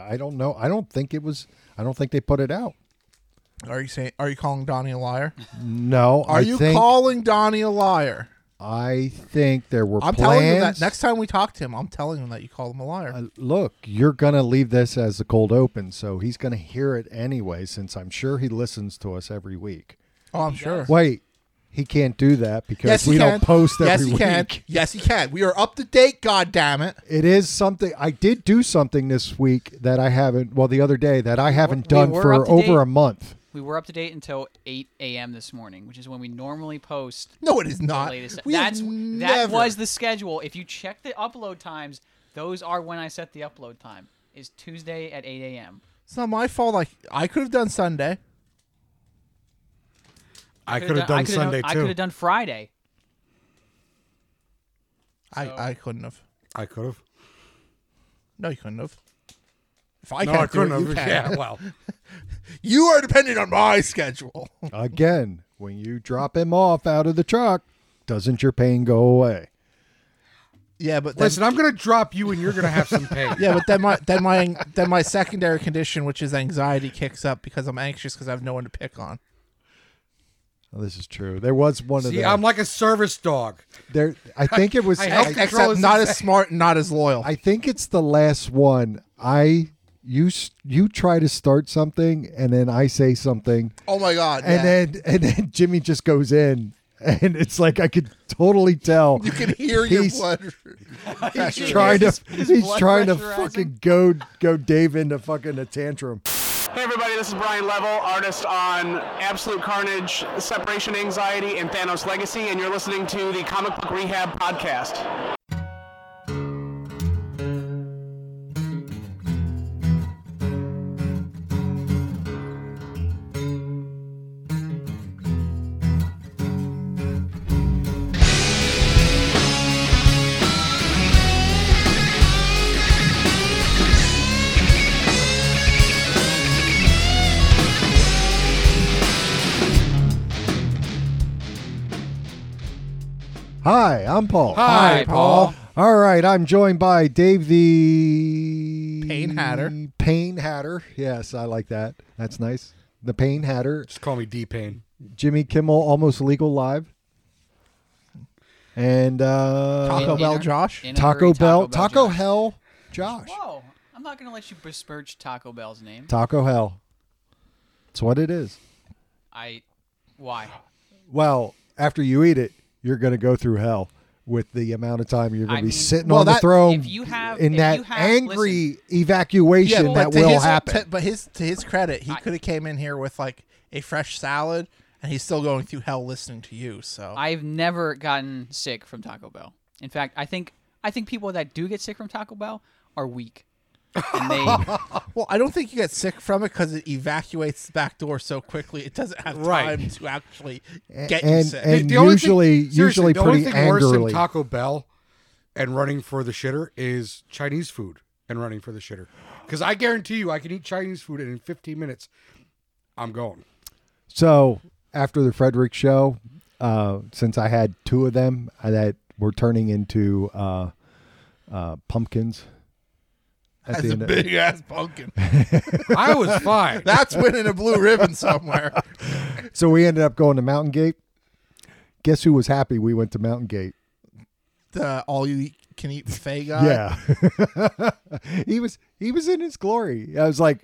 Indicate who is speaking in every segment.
Speaker 1: I don't know. I don't think it was. I don't think they put it out.
Speaker 2: Are you saying? Are you calling Donnie a liar?
Speaker 1: No.
Speaker 2: Are
Speaker 1: Mhm. I
Speaker 2: you
Speaker 1: think,
Speaker 2: calling Donnie a liar?
Speaker 1: I think there were
Speaker 2: I'm
Speaker 1: plans.
Speaker 2: telling him that next time we talk to him, I'm telling him that you called him a liar.
Speaker 1: Uh, look, you're gonna leave this as the cold open, so he's gonna hear it anyway. Since I'm sure he listens to us every week.
Speaker 2: oh, I'm sure.
Speaker 1: Wait, he can't do that because
Speaker 2: Yes, he
Speaker 1: we
Speaker 2: can.
Speaker 1: don't post every
Speaker 2: yes, he
Speaker 1: week.
Speaker 2: can. Yes, he can. We are up to date. God damn it!
Speaker 1: It is something I did do something this week that I haven't. Well, the other day that I haven't
Speaker 3: we
Speaker 1: done
Speaker 3: were
Speaker 1: for
Speaker 3: up to
Speaker 1: over
Speaker 3: date.
Speaker 1: a month.
Speaker 3: We were up to date until 8 a.m. this morning, which is when we normally post
Speaker 2: No, it is
Speaker 3: the
Speaker 2: not.
Speaker 3: latest.
Speaker 2: We have
Speaker 3: That's
Speaker 2: never-
Speaker 3: that was the schedule. If you check the upload times, those are when I set the upload time. Is Tuesday at 8 a.m.
Speaker 2: It's not my fault. I I could have done Sunday.
Speaker 4: I could have done,
Speaker 3: I could've
Speaker 4: Sunday
Speaker 3: I could
Speaker 4: too.
Speaker 3: have done Friday. So-
Speaker 2: I I couldn't have.
Speaker 4: I could have.
Speaker 2: No, you couldn't have. If I
Speaker 4: No,
Speaker 2: can't
Speaker 4: I couldn't
Speaker 2: do it, you
Speaker 4: have.
Speaker 2: can.
Speaker 4: Yeah, well,
Speaker 2: You are dependent on my schedule.
Speaker 1: Again, when you drop him off out of the truck, doesn't your pain go away?
Speaker 2: yeah, but then,
Speaker 4: listen, I'm gonna drop you, and you're gonna have some pain.
Speaker 2: yeah, but then my then my then my secondary condition, which is anxiety, kicks up because I'm anxious because I have no one to pick on.
Speaker 1: Oh, this is true. There was one of
Speaker 4: See,
Speaker 1: them.
Speaker 4: I'm like a service dog.
Speaker 1: there, I think it was.
Speaker 4: I
Speaker 1: I,
Speaker 4: have-
Speaker 1: I,
Speaker 4: control
Speaker 2: Except
Speaker 4: is
Speaker 2: not as
Speaker 4: insane.
Speaker 2: smart, and not as loyal.
Speaker 1: think it's the last one. I you s- you try to start something, and then I say something,
Speaker 2: oh my god!
Speaker 1: and
Speaker 2: yeah.
Speaker 1: then and then Jimmy just goes in, and it's like I could totally tell.
Speaker 2: you can hear your
Speaker 1: he's-
Speaker 2: blood.
Speaker 1: He's trying to
Speaker 3: his
Speaker 1: he's
Speaker 3: blood
Speaker 1: trying to
Speaker 3: pressure
Speaker 1: fucking go go Dave into fucking a tantrum.
Speaker 5: Hey everybody, this is Brian Level, artist on Absolute Carnage, Separation Anxiety, and Thanos Legacy, and you're listening to the Comic Book Rehab Podcast.
Speaker 1: Hi, I'm Paul.
Speaker 4: Hi, Paul.
Speaker 1: All right, I'm joined by Dave the
Speaker 2: Pain Hatter.
Speaker 1: Pain Hatter. Yes, I like that. That's nice. The Pain Hatter.
Speaker 4: Just call me D Pain.
Speaker 1: Jimmy Kimmel, Almost Legal Live. And uh,
Speaker 2: Taco
Speaker 3: In-
Speaker 2: Bell
Speaker 3: in-
Speaker 2: Josh?
Speaker 3: in-
Speaker 1: Taco
Speaker 3: in-
Speaker 1: Bell, Taco
Speaker 3: Josh.
Speaker 1: Hell, Josh.
Speaker 3: Whoa! Oh, I'm not gonna let you besmirch Taco Bell's name.
Speaker 1: Taco Hell. It's what it is.
Speaker 3: I. Why?
Speaker 1: Well, after you eat it, you're going to go through hell with the amount of time you're going
Speaker 3: I
Speaker 1: to be
Speaker 3: mean-
Speaker 1: sitting
Speaker 2: Well,
Speaker 1: on the
Speaker 2: that-
Speaker 1: throne
Speaker 3: if you have-
Speaker 1: in
Speaker 3: if
Speaker 1: that
Speaker 3: you have-
Speaker 1: angry
Speaker 3: listen.
Speaker 1: evacuation that
Speaker 2: to
Speaker 1: will
Speaker 2: his,
Speaker 1: happen.
Speaker 2: to- but his to his credit, he
Speaker 3: I-
Speaker 2: could have came in here with like a fresh salad, and he's still going through hell listening to you. So
Speaker 3: I've never gotten sick from Taco Bell. In fact, I think I think people that do get sick from Taco Bell are weak. And they,
Speaker 2: well, I don't think you get sick from it because it evacuates the back door so quickly. It doesn't have
Speaker 4: Right.
Speaker 2: time to actually get you
Speaker 1: and-
Speaker 2: sick.
Speaker 1: and-
Speaker 4: The only thing-
Speaker 1: usually-
Speaker 4: seriously,
Speaker 1: usually
Speaker 4: the only
Speaker 1: pretty
Speaker 4: thing worse
Speaker 1: angrily.
Speaker 4: than Taco Bell and running for the shitter is Chinese food and running for the shitter. Because I guarantee you, I can eat Chinese food and in 15 minutes, I'm going.
Speaker 1: So after the Frederick show, uh, since I had two of them uh, that were turning into uh, uh, pumpkins. At
Speaker 2: That's a
Speaker 1: of-
Speaker 2: big ass pumpkin.
Speaker 4: I was fine.
Speaker 2: That's winning a blue ribbon somewhere.
Speaker 1: so we ended up going to Mountain Gate. Guess who was happy we went to Mountain Gate?
Speaker 2: The all you eat- can eat buffet guy.
Speaker 1: yeah. he was he was in his glory. I was like,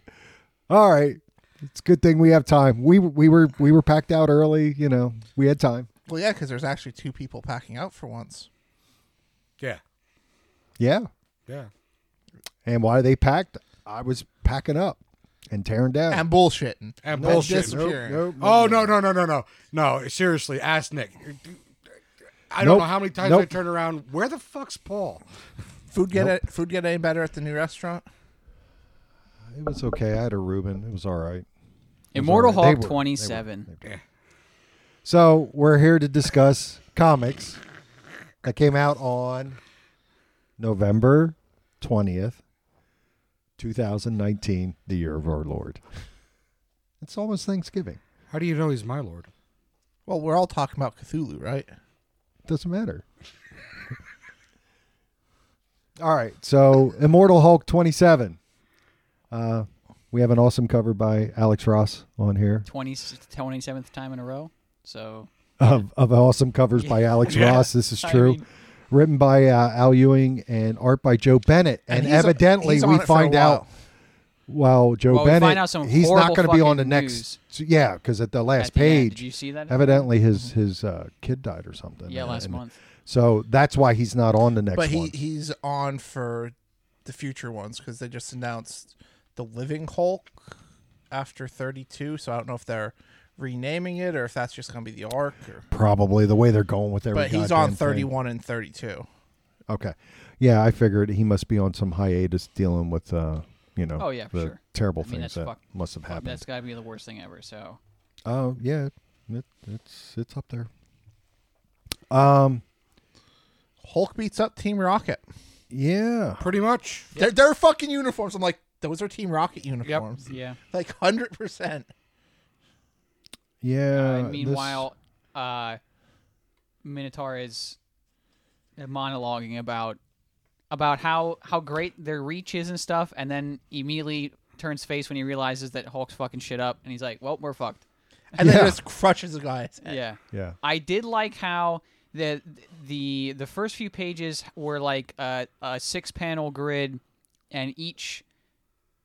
Speaker 1: all right, it's a good thing we have time. We we were we were packed out early, you know. We had time.
Speaker 2: Well, yeah, because there's actually two people packing out for once.
Speaker 4: Yeah.
Speaker 1: Yeah.
Speaker 4: Yeah.
Speaker 1: And why they packed? I was packing up and tearing down.
Speaker 2: And bullshitting.
Speaker 4: And bullshit.
Speaker 2: Nope, nope,
Speaker 4: Oh, no, no, no, no, no. No, seriously, ask Nick. I don't
Speaker 1: Nope.
Speaker 4: know how many times I
Speaker 1: Nope.
Speaker 4: turn around. Where the fuck's Paul?
Speaker 2: Food get it, food get any better at the new restaurant?
Speaker 1: It was okay. I had a Reuben. It was all right.
Speaker 3: Immortal
Speaker 1: They were- they
Speaker 3: Hulk
Speaker 1: were-
Speaker 3: 27.
Speaker 1: So we're here to discuss comics that came out on November twentieth, two thousand nineteen, the year of our Lord. It's almost Thanksgiving.
Speaker 4: How do you know he's my lord?
Speaker 2: Well, we're all talking about Cthulhu, right?
Speaker 1: Doesn't matter. All right. So Immortal Hulk twenty seven. Uh, we have an awesome cover by Alex Ross on here
Speaker 3: 20, 27th time in a row. So
Speaker 1: of, of awesome covers by Alex
Speaker 4: Yeah.
Speaker 1: Ross. This is
Speaker 3: I
Speaker 1: true.
Speaker 3: mean-
Speaker 1: Written by uh, Al Ewing and art by Joe Bennett. And,
Speaker 2: he's-
Speaker 1: evidently,
Speaker 2: he's on
Speaker 1: we
Speaker 2: it for a
Speaker 1: find out.
Speaker 2: while.
Speaker 1: Well, Joe
Speaker 3: Well, we
Speaker 1: Bennett,
Speaker 3: find out some
Speaker 1: he's not
Speaker 3: horrible
Speaker 1: going to be on
Speaker 3: fucking
Speaker 1: the next. Yeah, because at the last
Speaker 3: at the end,
Speaker 1: page,
Speaker 3: Did you see that?
Speaker 1: evidently his his uh, kid died or something.
Speaker 3: yeah,
Speaker 1: uh,
Speaker 3: last
Speaker 1: and-
Speaker 3: month.
Speaker 1: So that's why he's not on the next
Speaker 2: but he,
Speaker 1: one.
Speaker 2: he's on for the future ones because they just announced the Living Hulk after 32. So I don't know if they're renaming it or if that's just going to be the arc. Or,
Speaker 1: Probably the way they're going with every.
Speaker 2: but he's
Speaker 1: goddamn
Speaker 2: on
Speaker 1: thing.
Speaker 2: 31 and 32.
Speaker 1: Okay, yeah, I figured he must be on some hiatus dealing with, uh, you know,
Speaker 3: Oh, yeah, for
Speaker 1: the
Speaker 3: sure.
Speaker 1: terrible
Speaker 3: I mean,
Speaker 1: things
Speaker 3: that's
Speaker 1: that
Speaker 3: fuck-
Speaker 1: must have happened.
Speaker 3: That's got to be the worst thing ever. So
Speaker 1: Oh yeah, it, it's it's up there. Um,
Speaker 2: Hulk beats up Team Rocket.
Speaker 1: yeah,
Speaker 2: Uh,
Speaker 4: Pretty much.
Speaker 2: They're, they're fucking uniforms. I'm like, those are Team Rocket uniforms.
Speaker 3: yeah.
Speaker 2: Like 100%.
Speaker 1: yeah.
Speaker 3: and
Speaker 1: this-
Speaker 3: meanwhile, uh, Minotaur is monologuing about about how how great their reach is and stuff, and then immediately turns face when he realizes that Hulk's fucking shit up, and he's like, "Well, we're fucked."
Speaker 2: And then
Speaker 1: Yeah.
Speaker 2: just crushes the guy's head.
Speaker 3: Yeah.
Speaker 1: yeah,
Speaker 3: I did like how the the the first few pages were like a, a six panel grid, and each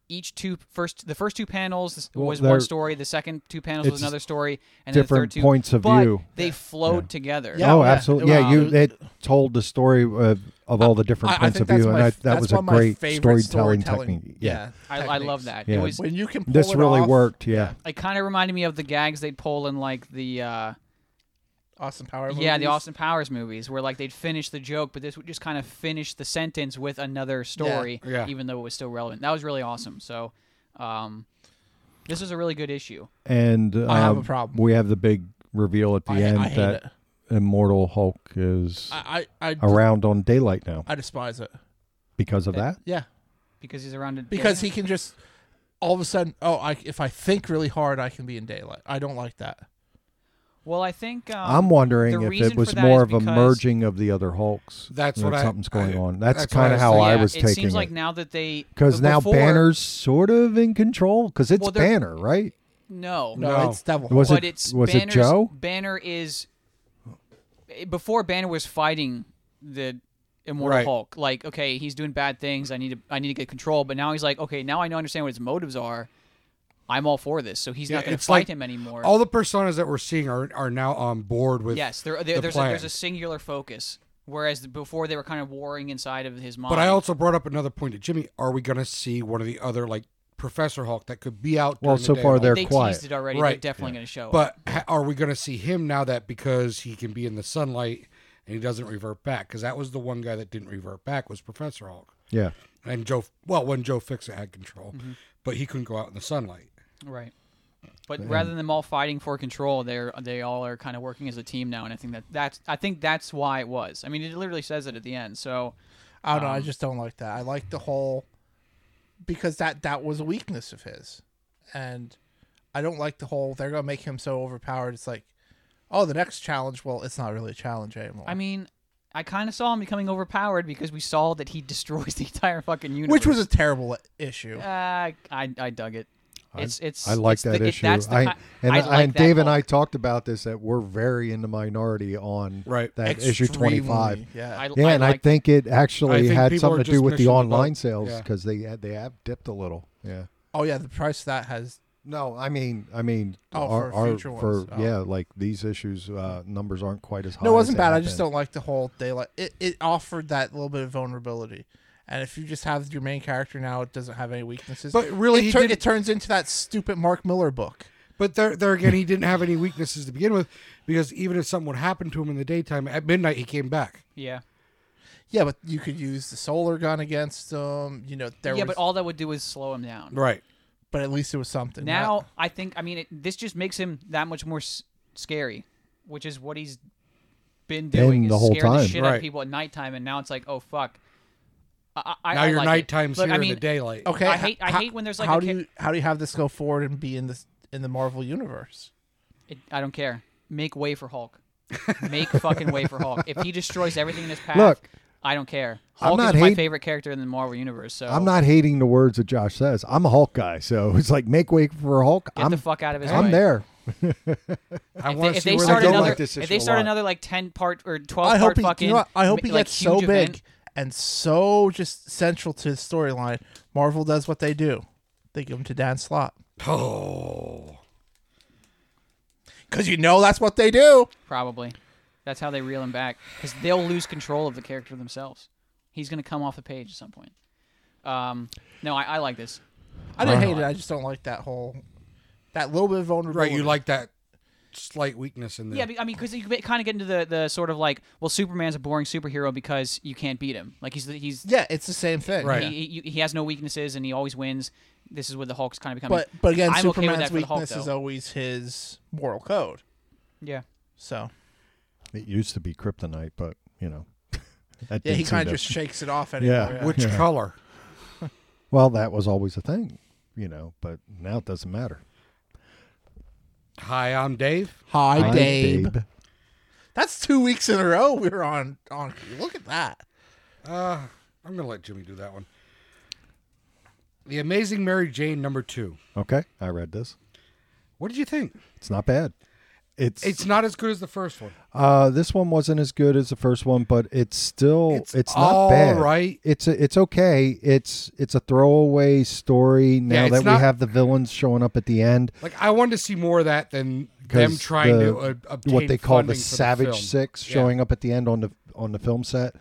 Speaker 3: each two first the first two panels
Speaker 1: Well,
Speaker 3: was
Speaker 1: they're-
Speaker 3: one story, the second two panels was
Speaker 1: it's
Speaker 3: another story, and then the
Speaker 1: different
Speaker 3: third two
Speaker 1: points of
Speaker 3: but
Speaker 1: view.
Speaker 3: They flowed together.
Speaker 2: Yeah,
Speaker 1: oh,
Speaker 2: yeah.
Speaker 1: absolutely. Yeah,
Speaker 2: Wow.
Speaker 1: you it told the story of, of all the different
Speaker 2: I, I
Speaker 1: points
Speaker 2: think
Speaker 1: of
Speaker 2: that's
Speaker 1: view,
Speaker 2: my,
Speaker 1: and I,
Speaker 2: f-
Speaker 1: that
Speaker 2: that's
Speaker 1: was
Speaker 2: one
Speaker 1: a
Speaker 2: of my
Speaker 1: great
Speaker 2: favorite
Speaker 1: storytelling,
Speaker 2: storytelling,
Speaker 1: technique.
Speaker 2: Yeah,
Speaker 3: I, I
Speaker 2: techniques.
Speaker 3: love that.
Speaker 1: Yeah.
Speaker 3: It was
Speaker 2: When you can pull
Speaker 1: this
Speaker 2: it
Speaker 1: really
Speaker 2: off,
Speaker 1: worked. Yeah,
Speaker 3: it kind of reminded me of the gags they'd pull in like the uh,
Speaker 2: Austin Power.
Speaker 3: yeah the
Speaker 2: movies.
Speaker 3: Austin Powers movies where like they'd finish the joke, but this would just kind of finish the sentence with another story,
Speaker 4: Yeah.
Speaker 3: even though it was still relevant. That was really awesome. So, um, this is a really good issue.
Speaker 1: and um,
Speaker 2: I have a problem.
Speaker 1: We have the big reveal at the
Speaker 2: I-
Speaker 1: end
Speaker 2: I hate
Speaker 1: that
Speaker 2: it.
Speaker 1: Immortal Hulk is
Speaker 2: I I I,
Speaker 1: around on daylight now
Speaker 2: I despise it.
Speaker 1: because of that.
Speaker 2: Yeah,
Speaker 3: because he's around. it-
Speaker 2: because
Speaker 3: yeah.
Speaker 2: he can just all of a sudden. Oh, I if I think really hard, I can be in daylight. I don't like that.
Speaker 3: Well, I think um,
Speaker 1: I'm wondering
Speaker 3: the
Speaker 1: if
Speaker 3: reason
Speaker 1: it
Speaker 3: for
Speaker 1: was
Speaker 3: that
Speaker 1: more
Speaker 3: is
Speaker 1: of a
Speaker 3: because-
Speaker 1: merging of the other Hulks.
Speaker 4: That's
Speaker 1: you know,
Speaker 4: what I-
Speaker 1: something's going
Speaker 4: I-
Speaker 1: on. That's
Speaker 4: that's what I
Speaker 1: kind of
Speaker 4: was
Speaker 1: how I
Speaker 3: yeah,
Speaker 1: was
Speaker 3: it
Speaker 1: taking
Speaker 3: seems like
Speaker 1: it.
Speaker 3: now that they uh,
Speaker 1: Because now
Speaker 3: before-
Speaker 1: Banner's sort of in control because it's
Speaker 3: Well, they're-
Speaker 1: Banner, right?
Speaker 3: no
Speaker 4: No.
Speaker 2: No, it's devil.
Speaker 1: Was
Speaker 3: but
Speaker 1: it
Speaker 3: it's
Speaker 1: was
Speaker 3: Banner's,
Speaker 1: it Joe?
Speaker 3: Banner is eh, before Banner was fighting the Immortal
Speaker 4: Right.
Speaker 3: Hulk. Like, okay, he's doing bad things. I need to I need to get control. But now he's like, okay, now I know understand what his motives are. I'm all for this. So he's
Speaker 4: Yeah,
Speaker 3: not going to
Speaker 4: it's
Speaker 3: fight
Speaker 4: like
Speaker 3: him anymore.
Speaker 4: All the personas that we're seeing are are now on board with.
Speaker 3: yes, there, there
Speaker 4: the
Speaker 3: there's a,
Speaker 4: plan.
Speaker 3: there's a singular focus. Whereas before they were kind of warring inside of his mind.
Speaker 4: But I also brought up another point to Jimmy. Are we going to see one of the other like Professor Hulk that could be out?
Speaker 1: Well,
Speaker 4: during the
Speaker 1: so
Speaker 4: day
Speaker 1: far
Speaker 4: and all
Speaker 1: they're
Speaker 3: they
Speaker 1: quiet.
Speaker 3: teased it already. They're
Speaker 4: Right.
Speaker 3: definitely going to show. up.
Speaker 4: But ha- are we going to see him now that because he can be in the sunlight and he doesn't revert back? Because that was the one guy that didn't revert back was Professor Hulk
Speaker 1: Yeah.
Speaker 4: and Joe. Well, when Joe Fixit had control, but he couldn't go out in the sunlight.
Speaker 3: Right. But rather than them all fighting for control, they're they all are kind of working as a team now, and I think that that's I think that's why it was. I mean, it literally says it at the end. So
Speaker 2: I don't know.
Speaker 3: Um,
Speaker 2: I just don't like that. I like the whole because that that was a weakness of his, and I don't like the whole they're gonna make him so overpowered. It's like, oh, the next challenge. Well, it's not really a challenge anymore.
Speaker 3: I mean, I kind of saw him becoming overpowered because we saw that he destroys the entire fucking universe.
Speaker 2: which was a terrible issue.
Speaker 3: uh, I I dug it. It's it's
Speaker 1: I like
Speaker 3: it's the-
Speaker 1: that
Speaker 3: it-
Speaker 1: issue.
Speaker 3: that's the
Speaker 1: I,
Speaker 3: ki-
Speaker 1: and,
Speaker 3: I like
Speaker 1: and
Speaker 3: that
Speaker 1: Dave and I
Speaker 3: Hulk.
Speaker 1: talked about this that we're very in the minority on
Speaker 4: Right.
Speaker 1: that issue
Speaker 2: Extremely,
Speaker 1: 25.
Speaker 2: Yeah.
Speaker 3: I,
Speaker 1: Yeah,
Speaker 3: I
Speaker 1: and I
Speaker 3: like
Speaker 1: think it
Speaker 4: I
Speaker 1: actually
Speaker 4: think
Speaker 1: had
Speaker 4: people
Speaker 1: something
Speaker 4: are
Speaker 1: to do
Speaker 4: just
Speaker 1: with the
Speaker 4: missing the
Speaker 1: online
Speaker 4: boat.
Speaker 1: sales
Speaker 4: Yeah.
Speaker 1: because they they have dipped a little. Yeah.
Speaker 2: oh yeah, the price of that has
Speaker 1: No, I mean, I mean,
Speaker 2: Oh,
Speaker 1: our,
Speaker 2: for
Speaker 1: our-
Speaker 2: future
Speaker 1: for
Speaker 2: ones. Oh.
Speaker 1: yeah, like these issues uh, numbers aren't quite as high.
Speaker 2: No, it wasn't
Speaker 1: as they
Speaker 2: bad. I
Speaker 1: have
Speaker 2: just
Speaker 1: been.
Speaker 2: don't like the whole daylight. It, it offered that little bit of vulnerability, and if you just have your main character now, it doesn't have any weaknesses.
Speaker 4: But really,
Speaker 2: it,
Speaker 4: he
Speaker 2: tur-
Speaker 4: did-
Speaker 2: it turns into that stupid Mark Miller book.
Speaker 4: But there, there again, he didn't have any weaknesses to begin with, because even if something would happen to him in the daytime, at midnight he came back.
Speaker 3: yeah
Speaker 2: Yeah, but you could use the solar gun against them. You know, there
Speaker 3: yeah,
Speaker 2: was,
Speaker 3: but all that would do is slow him down.
Speaker 4: Right.
Speaker 2: but at least it was something.
Speaker 3: Now
Speaker 2: Not-
Speaker 3: I think I mean it, this just makes him that much more s- scary, which is what he's been
Speaker 1: Been
Speaker 3: doing. is
Speaker 1: the whole
Speaker 3: scare the
Speaker 1: time.
Speaker 3: shit out of
Speaker 4: Right.
Speaker 3: people at nighttime, and now it's like, oh fuck. I, I,
Speaker 4: Now
Speaker 3: I
Speaker 4: your
Speaker 3: like it.
Speaker 4: nighttime's
Speaker 3: But,
Speaker 4: here
Speaker 3: I mean, oh,
Speaker 4: in the daylight.
Speaker 2: okay,
Speaker 3: I hate- I
Speaker 2: ho-
Speaker 3: hate when there's, like,
Speaker 2: how
Speaker 3: a
Speaker 2: do
Speaker 3: ca-
Speaker 2: you how do you have this go forward and be in this in the Marvel universe?
Speaker 3: it- I don't care. Make way for Hulk. Make fucking way for Hulk. If he destroys everything in his path,
Speaker 1: Look,
Speaker 3: I don't care.
Speaker 1: I'm
Speaker 3: Hulk
Speaker 1: not
Speaker 3: is my
Speaker 1: hate-
Speaker 3: favorite character in the Marvel universe. So
Speaker 1: I'm not hating the words that Josh says. I'm a Hulk guy, so it's like make way for Hulk.
Speaker 3: Get
Speaker 1: I'm
Speaker 3: the fuck out of his
Speaker 1: I'm
Speaker 3: way.
Speaker 1: there.
Speaker 4: I
Speaker 3: If
Speaker 4: want
Speaker 3: they,
Speaker 4: to
Speaker 3: if
Speaker 4: see
Speaker 3: they
Speaker 4: where
Speaker 3: start
Speaker 4: they go
Speaker 3: another,
Speaker 4: with
Speaker 1: this
Speaker 3: if
Speaker 1: issue a
Speaker 3: they start
Speaker 1: lot.
Speaker 3: another like ten part or twelve
Speaker 2: I
Speaker 3: part
Speaker 2: hope he,
Speaker 3: fucking,
Speaker 2: you know what? I hope
Speaker 3: mi-
Speaker 2: he
Speaker 3: like,
Speaker 2: gets so
Speaker 3: huge event.
Speaker 2: big and so just central to the storyline. Marvel does what they do. They give him to Dan Slott.
Speaker 4: Oh,
Speaker 2: Because you know that's what they do.
Speaker 3: Probably. That's how they reel him back because they'll lose control of the character themselves. He's going to come off the page at some point. Um, no, I, I like this.
Speaker 2: I didn't hate it. I just don't like that whole, that little bit of vulnerability.
Speaker 4: right. You like that slight weakness in there.
Speaker 3: Yeah, be- I mean, because you kind of get into the, the sort of like, well, Superman's a boring superhero because you can't beat him. Like he's the- he's
Speaker 2: Yeah, it's the same thing.
Speaker 4: Right.
Speaker 3: he, he, he has no weaknesses and he always wins. This is what the Hulk's kind of becoming.
Speaker 2: But but again,
Speaker 3: I'm okay with
Speaker 2: Superman's
Speaker 3: that for the Hulk,
Speaker 2: weakness is
Speaker 3: though.
Speaker 2: always his moral code.
Speaker 3: yeah,
Speaker 2: So
Speaker 1: It used to be kryptonite, but you know, that
Speaker 2: yeah,
Speaker 1: didn't
Speaker 2: he
Speaker 1: seem
Speaker 2: kind
Speaker 1: to-
Speaker 2: of just shakes it off anymore.
Speaker 1: Yeah.
Speaker 4: Which color?
Speaker 1: well, that was always a thing, you know. But now it doesn't matter.
Speaker 4: Hi, I'm Dave.
Speaker 2: Hi,
Speaker 1: Hi,
Speaker 2: Dave. That's two weeks in a row we were on on. Look at that.
Speaker 4: Uh, I'm gonna let Jimmy do that one. The Amazing Mary Jane number two.
Speaker 1: Okay, I read this.
Speaker 4: What did you think?
Speaker 1: It's not bad. It's,
Speaker 4: It's not as good as the first one.
Speaker 1: uh this one wasn't as good as the first one, but it's still
Speaker 4: It's
Speaker 1: it's, not
Speaker 4: all
Speaker 1: bad.
Speaker 4: right.
Speaker 1: It's a, it's okay. It's it's a throwaway story now
Speaker 4: it's
Speaker 1: that
Speaker 4: not-
Speaker 1: we have the villains showing up at the end.
Speaker 4: Like I wanted to see more of that than them
Speaker 1: 'Cause
Speaker 4: trying
Speaker 1: the-
Speaker 4: to uh, obtain
Speaker 1: what they call the
Speaker 4: funding for
Speaker 1: Savage
Speaker 4: film.
Speaker 1: Six
Speaker 4: Yeah.
Speaker 1: showing up at the end on the on the film set.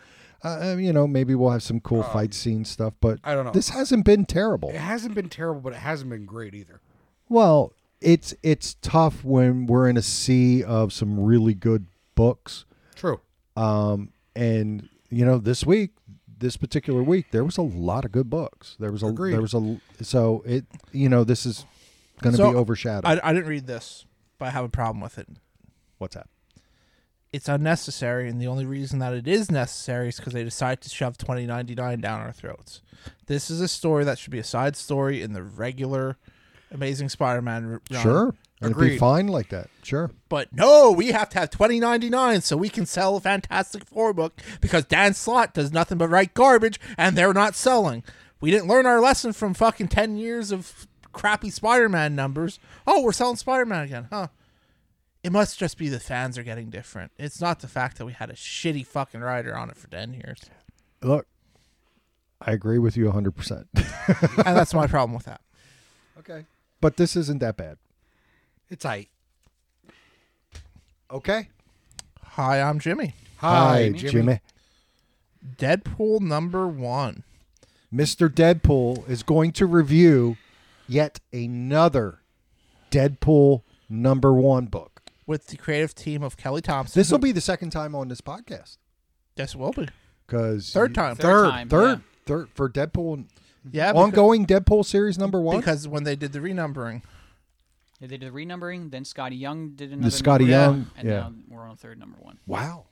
Speaker 1: Uh, you know, maybe we'll have some cool fight scene stuff, but
Speaker 4: Um, I don't know.
Speaker 1: This hasn't been terrible.
Speaker 4: It hasn't been terrible, but it hasn't been great either.
Speaker 1: Well, it's it's tough when we're in a sea of some really good books,
Speaker 4: True.
Speaker 1: um, and you know, this week, this particular week, there was a lot of good books. There was a
Speaker 4: Agreed.
Speaker 1: there was a so it you know this is going to
Speaker 2: So,
Speaker 1: be overshadowed.
Speaker 2: I, I didn't read this, but I have a problem with it.
Speaker 1: What's that?
Speaker 2: It's unnecessary, and the only reason that it is necessary is because they decide to shove 2099 down our throats. This is a story that should be a side story in the regular Amazing Spider-Man. Run.
Speaker 1: Sure, and it'd be
Speaker 4: Agreed.
Speaker 1: fine like that. Sure.
Speaker 2: But no, we have to have 2099 so we can sell a Fantastic Four book because Dan Slott does nothing but write garbage and they're not selling. We didn't learn our lesson from fucking 10 years of crappy Spider Man numbers. Oh, we're selling Spider Man again, huh? It must just be the fans are getting different. It's not the fact that we had a shitty fucking writer on it for 10 years.
Speaker 1: Look, I agree with you hundred percent.
Speaker 2: And that's my problem with that.
Speaker 4: Okay.
Speaker 1: But this isn't that bad.
Speaker 4: It's I.
Speaker 1: Okay.
Speaker 2: Hi, I'm Jimmy.
Speaker 1: Hi, Jimmy.
Speaker 2: Deadpool number one.
Speaker 1: Mr. Deadpool is going to review yet another Deadpool number one book.
Speaker 2: With the creative team of Kelly Thompson.
Speaker 1: This will be the second time on this podcast
Speaker 2: Yes, it will be.
Speaker 1: because
Speaker 2: Third time.
Speaker 4: Third,
Speaker 3: time,
Speaker 1: third,
Speaker 3: yeah.
Speaker 1: third for Deadpool
Speaker 2: Yeah. because-
Speaker 1: ongoing Deadpool series number one.
Speaker 2: Because when they did the renumbering,
Speaker 3: They did the renumbering, then Scotty Young did another.
Speaker 1: Scotty
Speaker 3: number
Speaker 1: Young,
Speaker 3: one, and
Speaker 1: yeah.
Speaker 3: now we're on third number one.
Speaker 1: wow,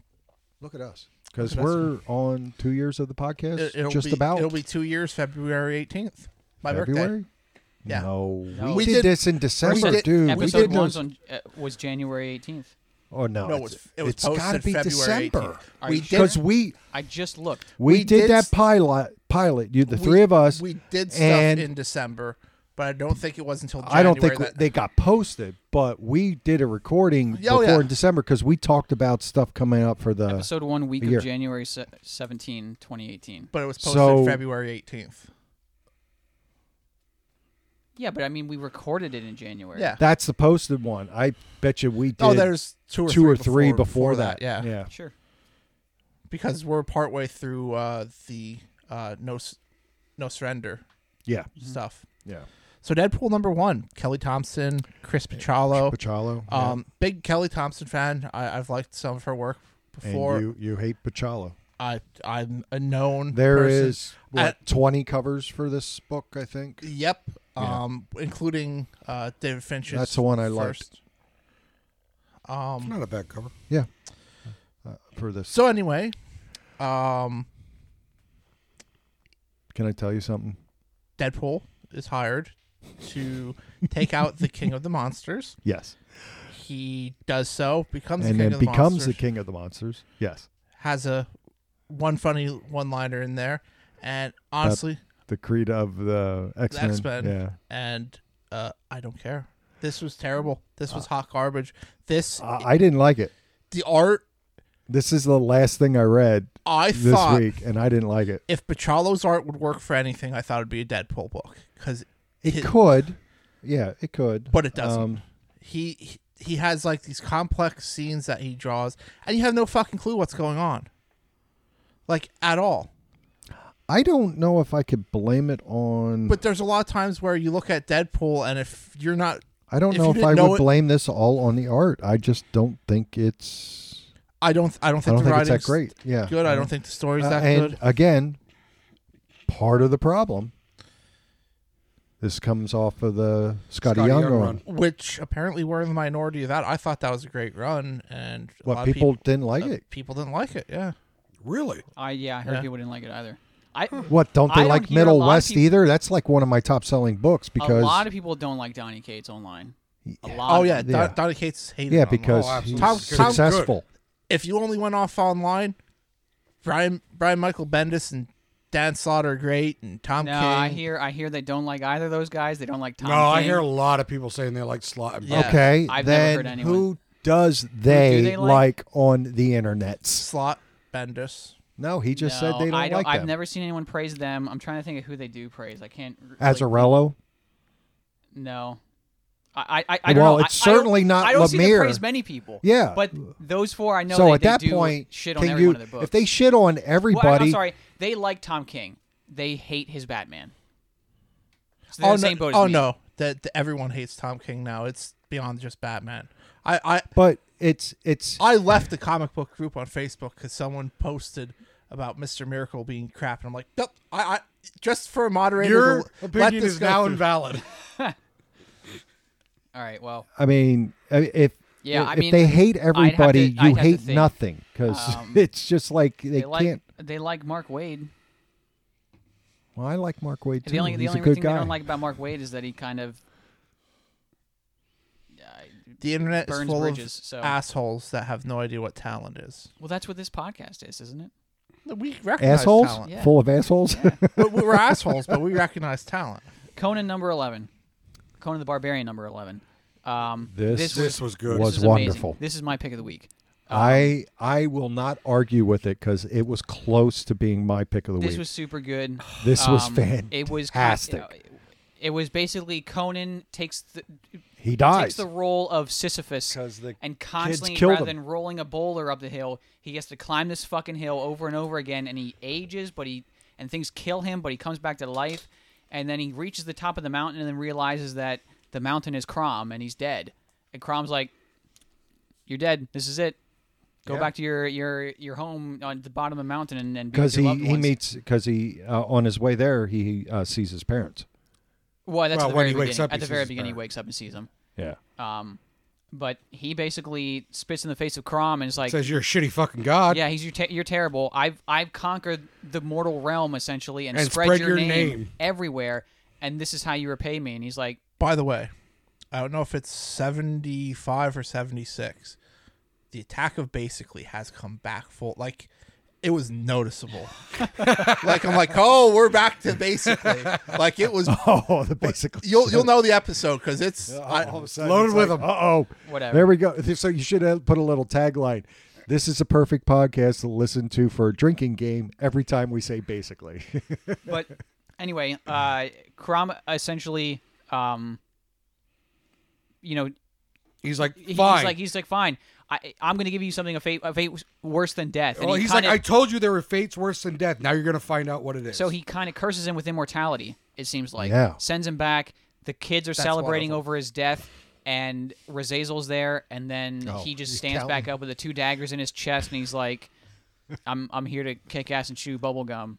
Speaker 1: look at us because
Speaker 2: Look at us.
Speaker 1: we're on two years of the podcast.
Speaker 2: it, will
Speaker 1: just
Speaker 2: be,
Speaker 1: about
Speaker 2: It'll be two years, February eighteenth, my birthday.
Speaker 1: February.
Speaker 2: Yeah.
Speaker 1: No,
Speaker 3: No.
Speaker 1: we,
Speaker 2: We
Speaker 1: did,
Speaker 2: did-
Speaker 1: this in December,
Speaker 2: did-
Speaker 1: dude. we
Speaker 3: Episode
Speaker 1: did no-
Speaker 3: one's on uh, was January 18th.
Speaker 1: Oh no,
Speaker 2: No, it
Speaker 1: it's-
Speaker 2: was, it was
Speaker 1: it's
Speaker 2: posted
Speaker 1: gotta be
Speaker 2: February
Speaker 1: December
Speaker 2: 18th. We did
Speaker 1: because we
Speaker 3: I just looked.
Speaker 1: we,
Speaker 2: We
Speaker 1: did,
Speaker 2: did
Speaker 1: that
Speaker 2: st-
Speaker 1: pilot pilot you the
Speaker 2: we-
Speaker 1: three of us
Speaker 2: We did stuff
Speaker 1: and
Speaker 2: in December, but I don't think it was until January
Speaker 1: i don't think
Speaker 2: that,
Speaker 1: they got posted but we did a recording
Speaker 2: Oh,
Speaker 1: before
Speaker 2: yeah.
Speaker 1: in december because we talked about stuff coming up for the
Speaker 3: Episode one, week
Speaker 1: a year.
Speaker 3: of January se- 17, 2018.
Speaker 2: but it was posted
Speaker 1: So-
Speaker 2: February eighteenth.
Speaker 3: Yeah, but I mean, we recorded it in January.
Speaker 2: Yeah.
Speaker 1: that's the posted one i bet you we did
Speaker 2: Oh, there's two or
Speaker 1: two
Speaker 2: three
Speaker 1: or three
Speaker 2: before,
Speaker 1: before, that.
Speaker 2: Yeah.
Speaker 1: yeah
Speaker 3: Sure.
Speaker 2: because we're partway through uh, the uh, no S- no surrender
Speaker 1: yeah
Speaker 2: stuff.
Speaker 1: yeah
Speaker 2: So Deadpool number one, Kelly Thompson, Chris Pachalo.
Speaker 1: Pachalo, yeah.
Speaker 2: Um, big Kelly Thompson fan. I, I've liked some of her work before.
Speaker 1: and you you hate Pachalo.
Speaker 2: I I'm a known.
Speaker 1: There
Speaker 2: person.
Speaker 1: is what,
Speaker 2: At-
Speaker 1: twenty covers for this book, I think.
Speaker 2: Yep. Um, including uh David Finch's.
Speaker 1: That's the one I liked.
Speaker 2: first. Um.
Speaker 4: Not a bad cover.
Speaker 1: Yeah, uh, for this.
Speaker 2: So anyway, um,
Speaker 1: Can I tell you something?
Speaker 2: Deadpool is hired to take out the King of the Monsters.
Speaker 1: Yes,
Speaker 2: He does so, becomes
Speaker 1: and
Speaker 2: the King
Speaker 1: then
Speaker 2: of the
Speaker 1: becomes the
Speaker 2: Monsters.
Speaker 1: king of the monsters. Yes,
Speaker 2: has a one funny one liner in there, and honestly,
Speaker 1: The creed of the X Men.
Speaker 2: X Men,
Speaker 1: Yeah.
Speaker 2: and uh, I don't care. This was terrible. This
Speaker 1: Uh,
Speaker 2: was hot garbage. This
Speaker 1: I, I didn't like it.
Speaker 2: the art.
Speaker 1: This is the last thing I read
Speaker 2: I
Speaker 1: this
Speaker 2: thought
Speaker 1: week, and I didn't like it.
Speaker 2: if Bachalo's art would work for anything, I thought it'd be a Deadpool book because
Speaker 1: It could. Yeah, it could.
Speaker 2: But it doesn't.
Speaker 1: Um,
Speaker 2: he he- he has like these complex scenes that he draws, and you have no fucking clue what's going on, like at all.
Speaker 1: I don't know if I could blame it on.
Speaker 2: But there's a lot of times where you look at Deadpool, and if you're not,
Speaker 1: I don't
Speaker 2: if
Speaker 1: know
Speaker 2: you
Speaker 1: if
Speaker 2: didn't
Speaker 1: I
Speaker 2: know
Speaker 1: would
Speaker 2: it-
Speaker 1: blame this all on the art. I just don't think it's.
Speaker 2: I don't I don't
Speaker 1: I
Speaker 2: think
Speaker 1: don't
Speaker 2: the
Speaker 1: think it's
Speaker 2: writing's
Speaker 1: that great. Yeah.
Speaker 2: good. I don't think the story's
Speaker 1: Uh,
Speaker 2: that
Speaker 1: and
Speaker 2: good.
Speaker 1: again, part of the problem. This comes off of the Scotty,
Speaker 4: Scotty
Speaker 1: Young,
Speaker 4: Young
Speaker 1: run.
Speaker 4: run.
Speaker 2: Which apparently we're in the minority of that. I thought that was a great run, and a
Speaker 1: What
Speaker 2: lot
Speaker 1: people,
Speaker 2: of
Speaker 1: didn't like
Speaker 3: Uh,
Speaker 2: people,
Speaker 1: it.
Speaker 2: people didn't like it. Yeah,
Speaker 4: Really?
Speaker 3: I yeah, I heard
Speaker 2: Yeah.
Speaker 3: people didn't like it either. I
Speaker 1: What don't
Speaker 3: I
Speaker 1: they
Speaker 3: don't
Speaker 1: like
Speaker 3: hear a
Speaker 1: Middle
Speaker 3: lot of
Speaker 1: West
Speaker 3: people-
Speaker 1: either? That's like one of my top selling books because
Speaker 3: a lot of people don't like Donny Cates online. A lot.
Speaker 2: Oh yeah,
Speaker 3: of
Speaker 2: Don,
Speaker 1: Yeah.
Speaker 2: Donny Cates hated.
Speaker 1: yeah
Speaker 2: it online.
Speaker 1: because
Speaker 4: Oh,
Speaker 1: he's
Speaker 4: absolutely.
Speaker 2: Tom- Tom-
Speaker 1: successful.
Speaker 2: if you only went off online, Brian Brian Michael Bendis and Dan Slaughter are great, and Tom
Speaker 3: No,
Speaker 2: King.
Speaker 3: I hear I hear they don't like either of those guys. They don't like Tom.
Speaker 4: no, I
Speaker 3: King.
Speaker 4: hear a lot of people saying they like Oh, slot. and-
Speaker 2: Yeah.
Speaker 1: Okay,
Speaker 3: I've never
Speaker 1: then
Speaker 3: heard anyone.
Speaker 1: who does they,
Speaker 3: they
Speaker 1: like?
Speaker 3: like?
Speaker 1: on the internets?
Speaker 2: slot Bendis.
Speaker 1: No, he just
Speaker 3: No,
Speaker 1: said they don't
Speaker 3: I
Speaker 1: like
Speaker 3: I've
Speaker 1: them.
Speaker 3: never seen anyone praise them. I'm trying to think of who they do praise. I can't. r- like,
Speaker 1: Azarello,
Speaker 3: No. I, I, I don't
Speaker 1: Well,
Speaker 3: know.
Speaker 1: it's
Speaker 3: I- I don't-
Speaker 1: certainly not
Speaker 3: I don't see them
Speaker 1: Lemire.
Speaker 3: praise many people.
Speaker 1: Yeah.
Speaker 3: but those four I know.
Speaker 1: so
Speaker 3: they,
Speaker 1: at
Speaker 3: they
Speaker 1: that
Speaker 3: do
Speaker 1: point,
Speaker 3: shit on
Speaker 1: can
Speaker 3: every
Speaker 1: you?
Speaker 3: one of their books.
Speaker 1: If they shit on
Speaker 3: well, I'm-
Speaker 1: everybody,
Speaker 3: I'm sorry, they like Tom King. They hate his Batman. So they're
Speaker 2: Oh
Speaker 3: in the same
Speaker 2: no!
Speaker 3: boat as
Speaker 2: Oh
Speaker 3: me.
Speaker 2: no! That that everyone hates Tom King now. It's beyond just Batman. I I
Speaker 1: but it's it's
Speaker 2: I left the comic book group on Facebook because someone posted about Mister Miracle being crap, and I'm like, nope. I, I just for a moderator.
Speaker 4: Your
Speaker 2: to l- let
Speaker 4: opinion
Speaker 2: this
Speaker 4: is
Speaker 2: go
Speaker 4: now
Speaker 2: through.
Speaker 4: invalid.
Speaker 3: All right. Well,
Speaker 1: I mean, I- if
Speaker 3: Yeah, I
Speaker 1: if
Speaker 3: mean,
Speaker 1: they hate
Speaker 3: have to-
Speaker 1: everybody,
Speaker 3: I'd
Speaker 1: you
Speaker 3: have to
Speaker 1: hate
Speaker 3: think.
Speaker 1: nothing because
Speaker 3: Um,
Speaker 1: it's just like they,
Speaker 3: they, like
Speaker 1: can't.
Speaker 3: they like Mark Wade.
Speaker 1: Well, I like Mark Wade too.
Speaker 3: The only
Speaker 1: He's
Speaker 3: the
Speaker 1: a
Speaker 3: only
Speaker 1: good
Speaker 3: thing
Speaker 1: guy.
Speaker 3: they don't like about Mark Wade is that he kind of
Speaker 2: The internet is
Speaker 3: burns
Speaker 2: full
Speaker 3: bridges.
Speaker 2: of
Speaker 3: So
Speaker 2: assholes that have no idea what talent is.
Speaker 3: well, that's what this podcast is, isn't it?
Speaker 2: We recognize
Speaker 1: assholes
Speaker 2: talent.
Speaker 3: Yeah.
Speaker 1: full of assholes.
Speaker 2: We- we We're assholes, but we recognize talent.
Speaker 3: Conan number eleven, Conan the Barbarian number eleven. Um,
Speaker 1: This-
Speaker 3: this
Speaker 4: This was good.
Speaker 1: Was
Speaker 3: This is amazing.
Speaker 1: wonderful.
Speaker 3: This is my pick of the week.
Speaker 1: I I will not argue with it because it was close to being my pick of the
Speaker 3: This
Speaker 1: week.
Speaker 3: was super good.
Speaker 1: this was
Speaker 3: Um,
Speaker 1: fantastic.
Speaker 3: It was ki- It was basically Conan takes the
Speaker 1: he dies
Speaker 3: takes the role of Sisyphus
Speaker 1: 'Cause the
Speaker 3: and constantly,
Speaker 1: killed
Speaker 3: rather
Speaker 1: him.
Speaker 3: than rolling a boulder up the hill, he has to climb this fucking hill over and over again, and he ages, but he and things kill him, but he comes back to life, and then he reaches the top of the mountain and then realizes that the mountain is Crom and he's dead, and Crom's like, "You're dead. This is it." Go back to your, your your home on the bottom of the mountain and, and be with
Speaker 1: because
Speaker 3: your
Speaker 1: he,
Speaker 3: loved
Speaker 1: he
Speaker 3: ones."
Speaker 1: meets because he uh, on his way there he uh, sees his parents.
Speaker 3: Well, that's
Speaker 4: Well,
Speaker 3: at the
Speaker 4: when
Speaker 3: very
Speaker 4: he wakes
Speaker 3: beginning.
Speaker 4: up, he
Speaker 3: at the
Speaker 4: sees
Speaker 3: very
Speaker 4: his
Speaker 3: beginning, he
Speaker 4: parents.
Speaker 3: wakes up and sees them.
Speaker 1: Yeah,
Speaker 3: Um, but he basically spits in the face of Crom and is like,
Speaker 4: Says you're a shitty fucking god.
Speaker 3: "Yeah, he's you're, te- you're terrible. I've I've conquered the mortal realm essentially, and,
Speaker 4: And
Speaker 3: spread,
Speaker 4: spread
Speaker 3: your,
Speaker 4: your
Speaker 3: name,
Speaker 4: name."
Speaker 3: everywhere. And this is how you repay me." And he's like,
Speaker 2: By the way, I don't know if it's 75 or 76. The attack of basically has come back full. Like, it was noticeable. like, I'm like, oh, we're back to basically. Like, it was.
Speaker 1: oh, the basically
Speaker 2: You'll you'll know the episode because it's. I,
Speaker 1: Uh, all of a sudden
Speaker 4: Loaded with
Speaker 1: like,
Speaker 4: them.
Speaker 1: Uh oh.
Speaker 3: Whatever.
Speaker 1: There we go. So you should have put a little tagline. This is a perfect podcast to listen to for a drinking game every time we say basically.
Speaker 3: but anyway, uh, Crom essentially, um, you know,
Speaker 4: He's like,
Speaker 3: he- he's
Speaker 4: fine.
Speaker 3: like he's like fine. I, I'm going to give you something a fate, a fate worse than death. And
Speaker 4: well,
Speaker 3: he
Speaker 4: he's like,
Speaker 3: kinda-
Speaker 4: I told you there were fates worse than death. Now you're gonna find out what it is.
Speaker 3: So he kind of curses him with immortality. It seems like
Speaker 1: Yeah.
Speaker 3: sends him back. The kids are celebrating
Speaker 2: wonderful.
Speaker 3: over his death, and Razazel's there, and then
Speaker 1: Oh,
Speaker 3: he just stands back up with the two daggers in his chest, and he's like, "I'm I'm here to kick ass and chew bubble gum."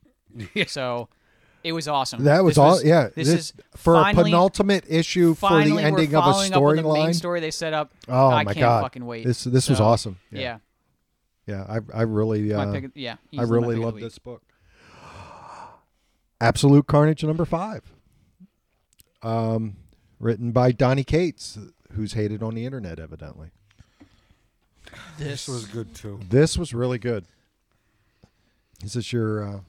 Speaker 3: So it was awesome.
Speaker 1: That was
Speaker 3: This
Speaker 1: all. Yeah,
Speaker 3: This, is
Speaker 1: for
Speaker 3: finally,
Speaker 1: a penultimate issue for
Speaker 3: finally
Speaker 1: the
Speaker 3: we're
Speaker 1: ending of a
Speaker 3: following up with the main
Speaker 1: storyline.
Speaker 3: story they set up.
Speaker 1: Oh
Speaker 3: I
Speaker 1: my
Speaker 3: can't
Speaker 1: god!
Speaker 3: fucking wait.
Speaker 1: This this was
Speaker 3: So,
Speaker 1: awesome.
Speaker 3: Yeah.
Speaker 1: yeah. I I really
Speaker 3: My
Speaker 1: uh,
Speaker 3: pick of- yeah,
Speaker 1: I
Speaker 3: easily my
Speaker 1: really
Speaker 3: pick of the
Speaker 1: love
Speaker 3: week.
Speaker 1: this book. Absolute Carnage number five, um, written by Donnie Cates, who's hated on the internet evidently.
Speaker 4: this was good too.
Speaker 1: This was really good. Is this your? Uh,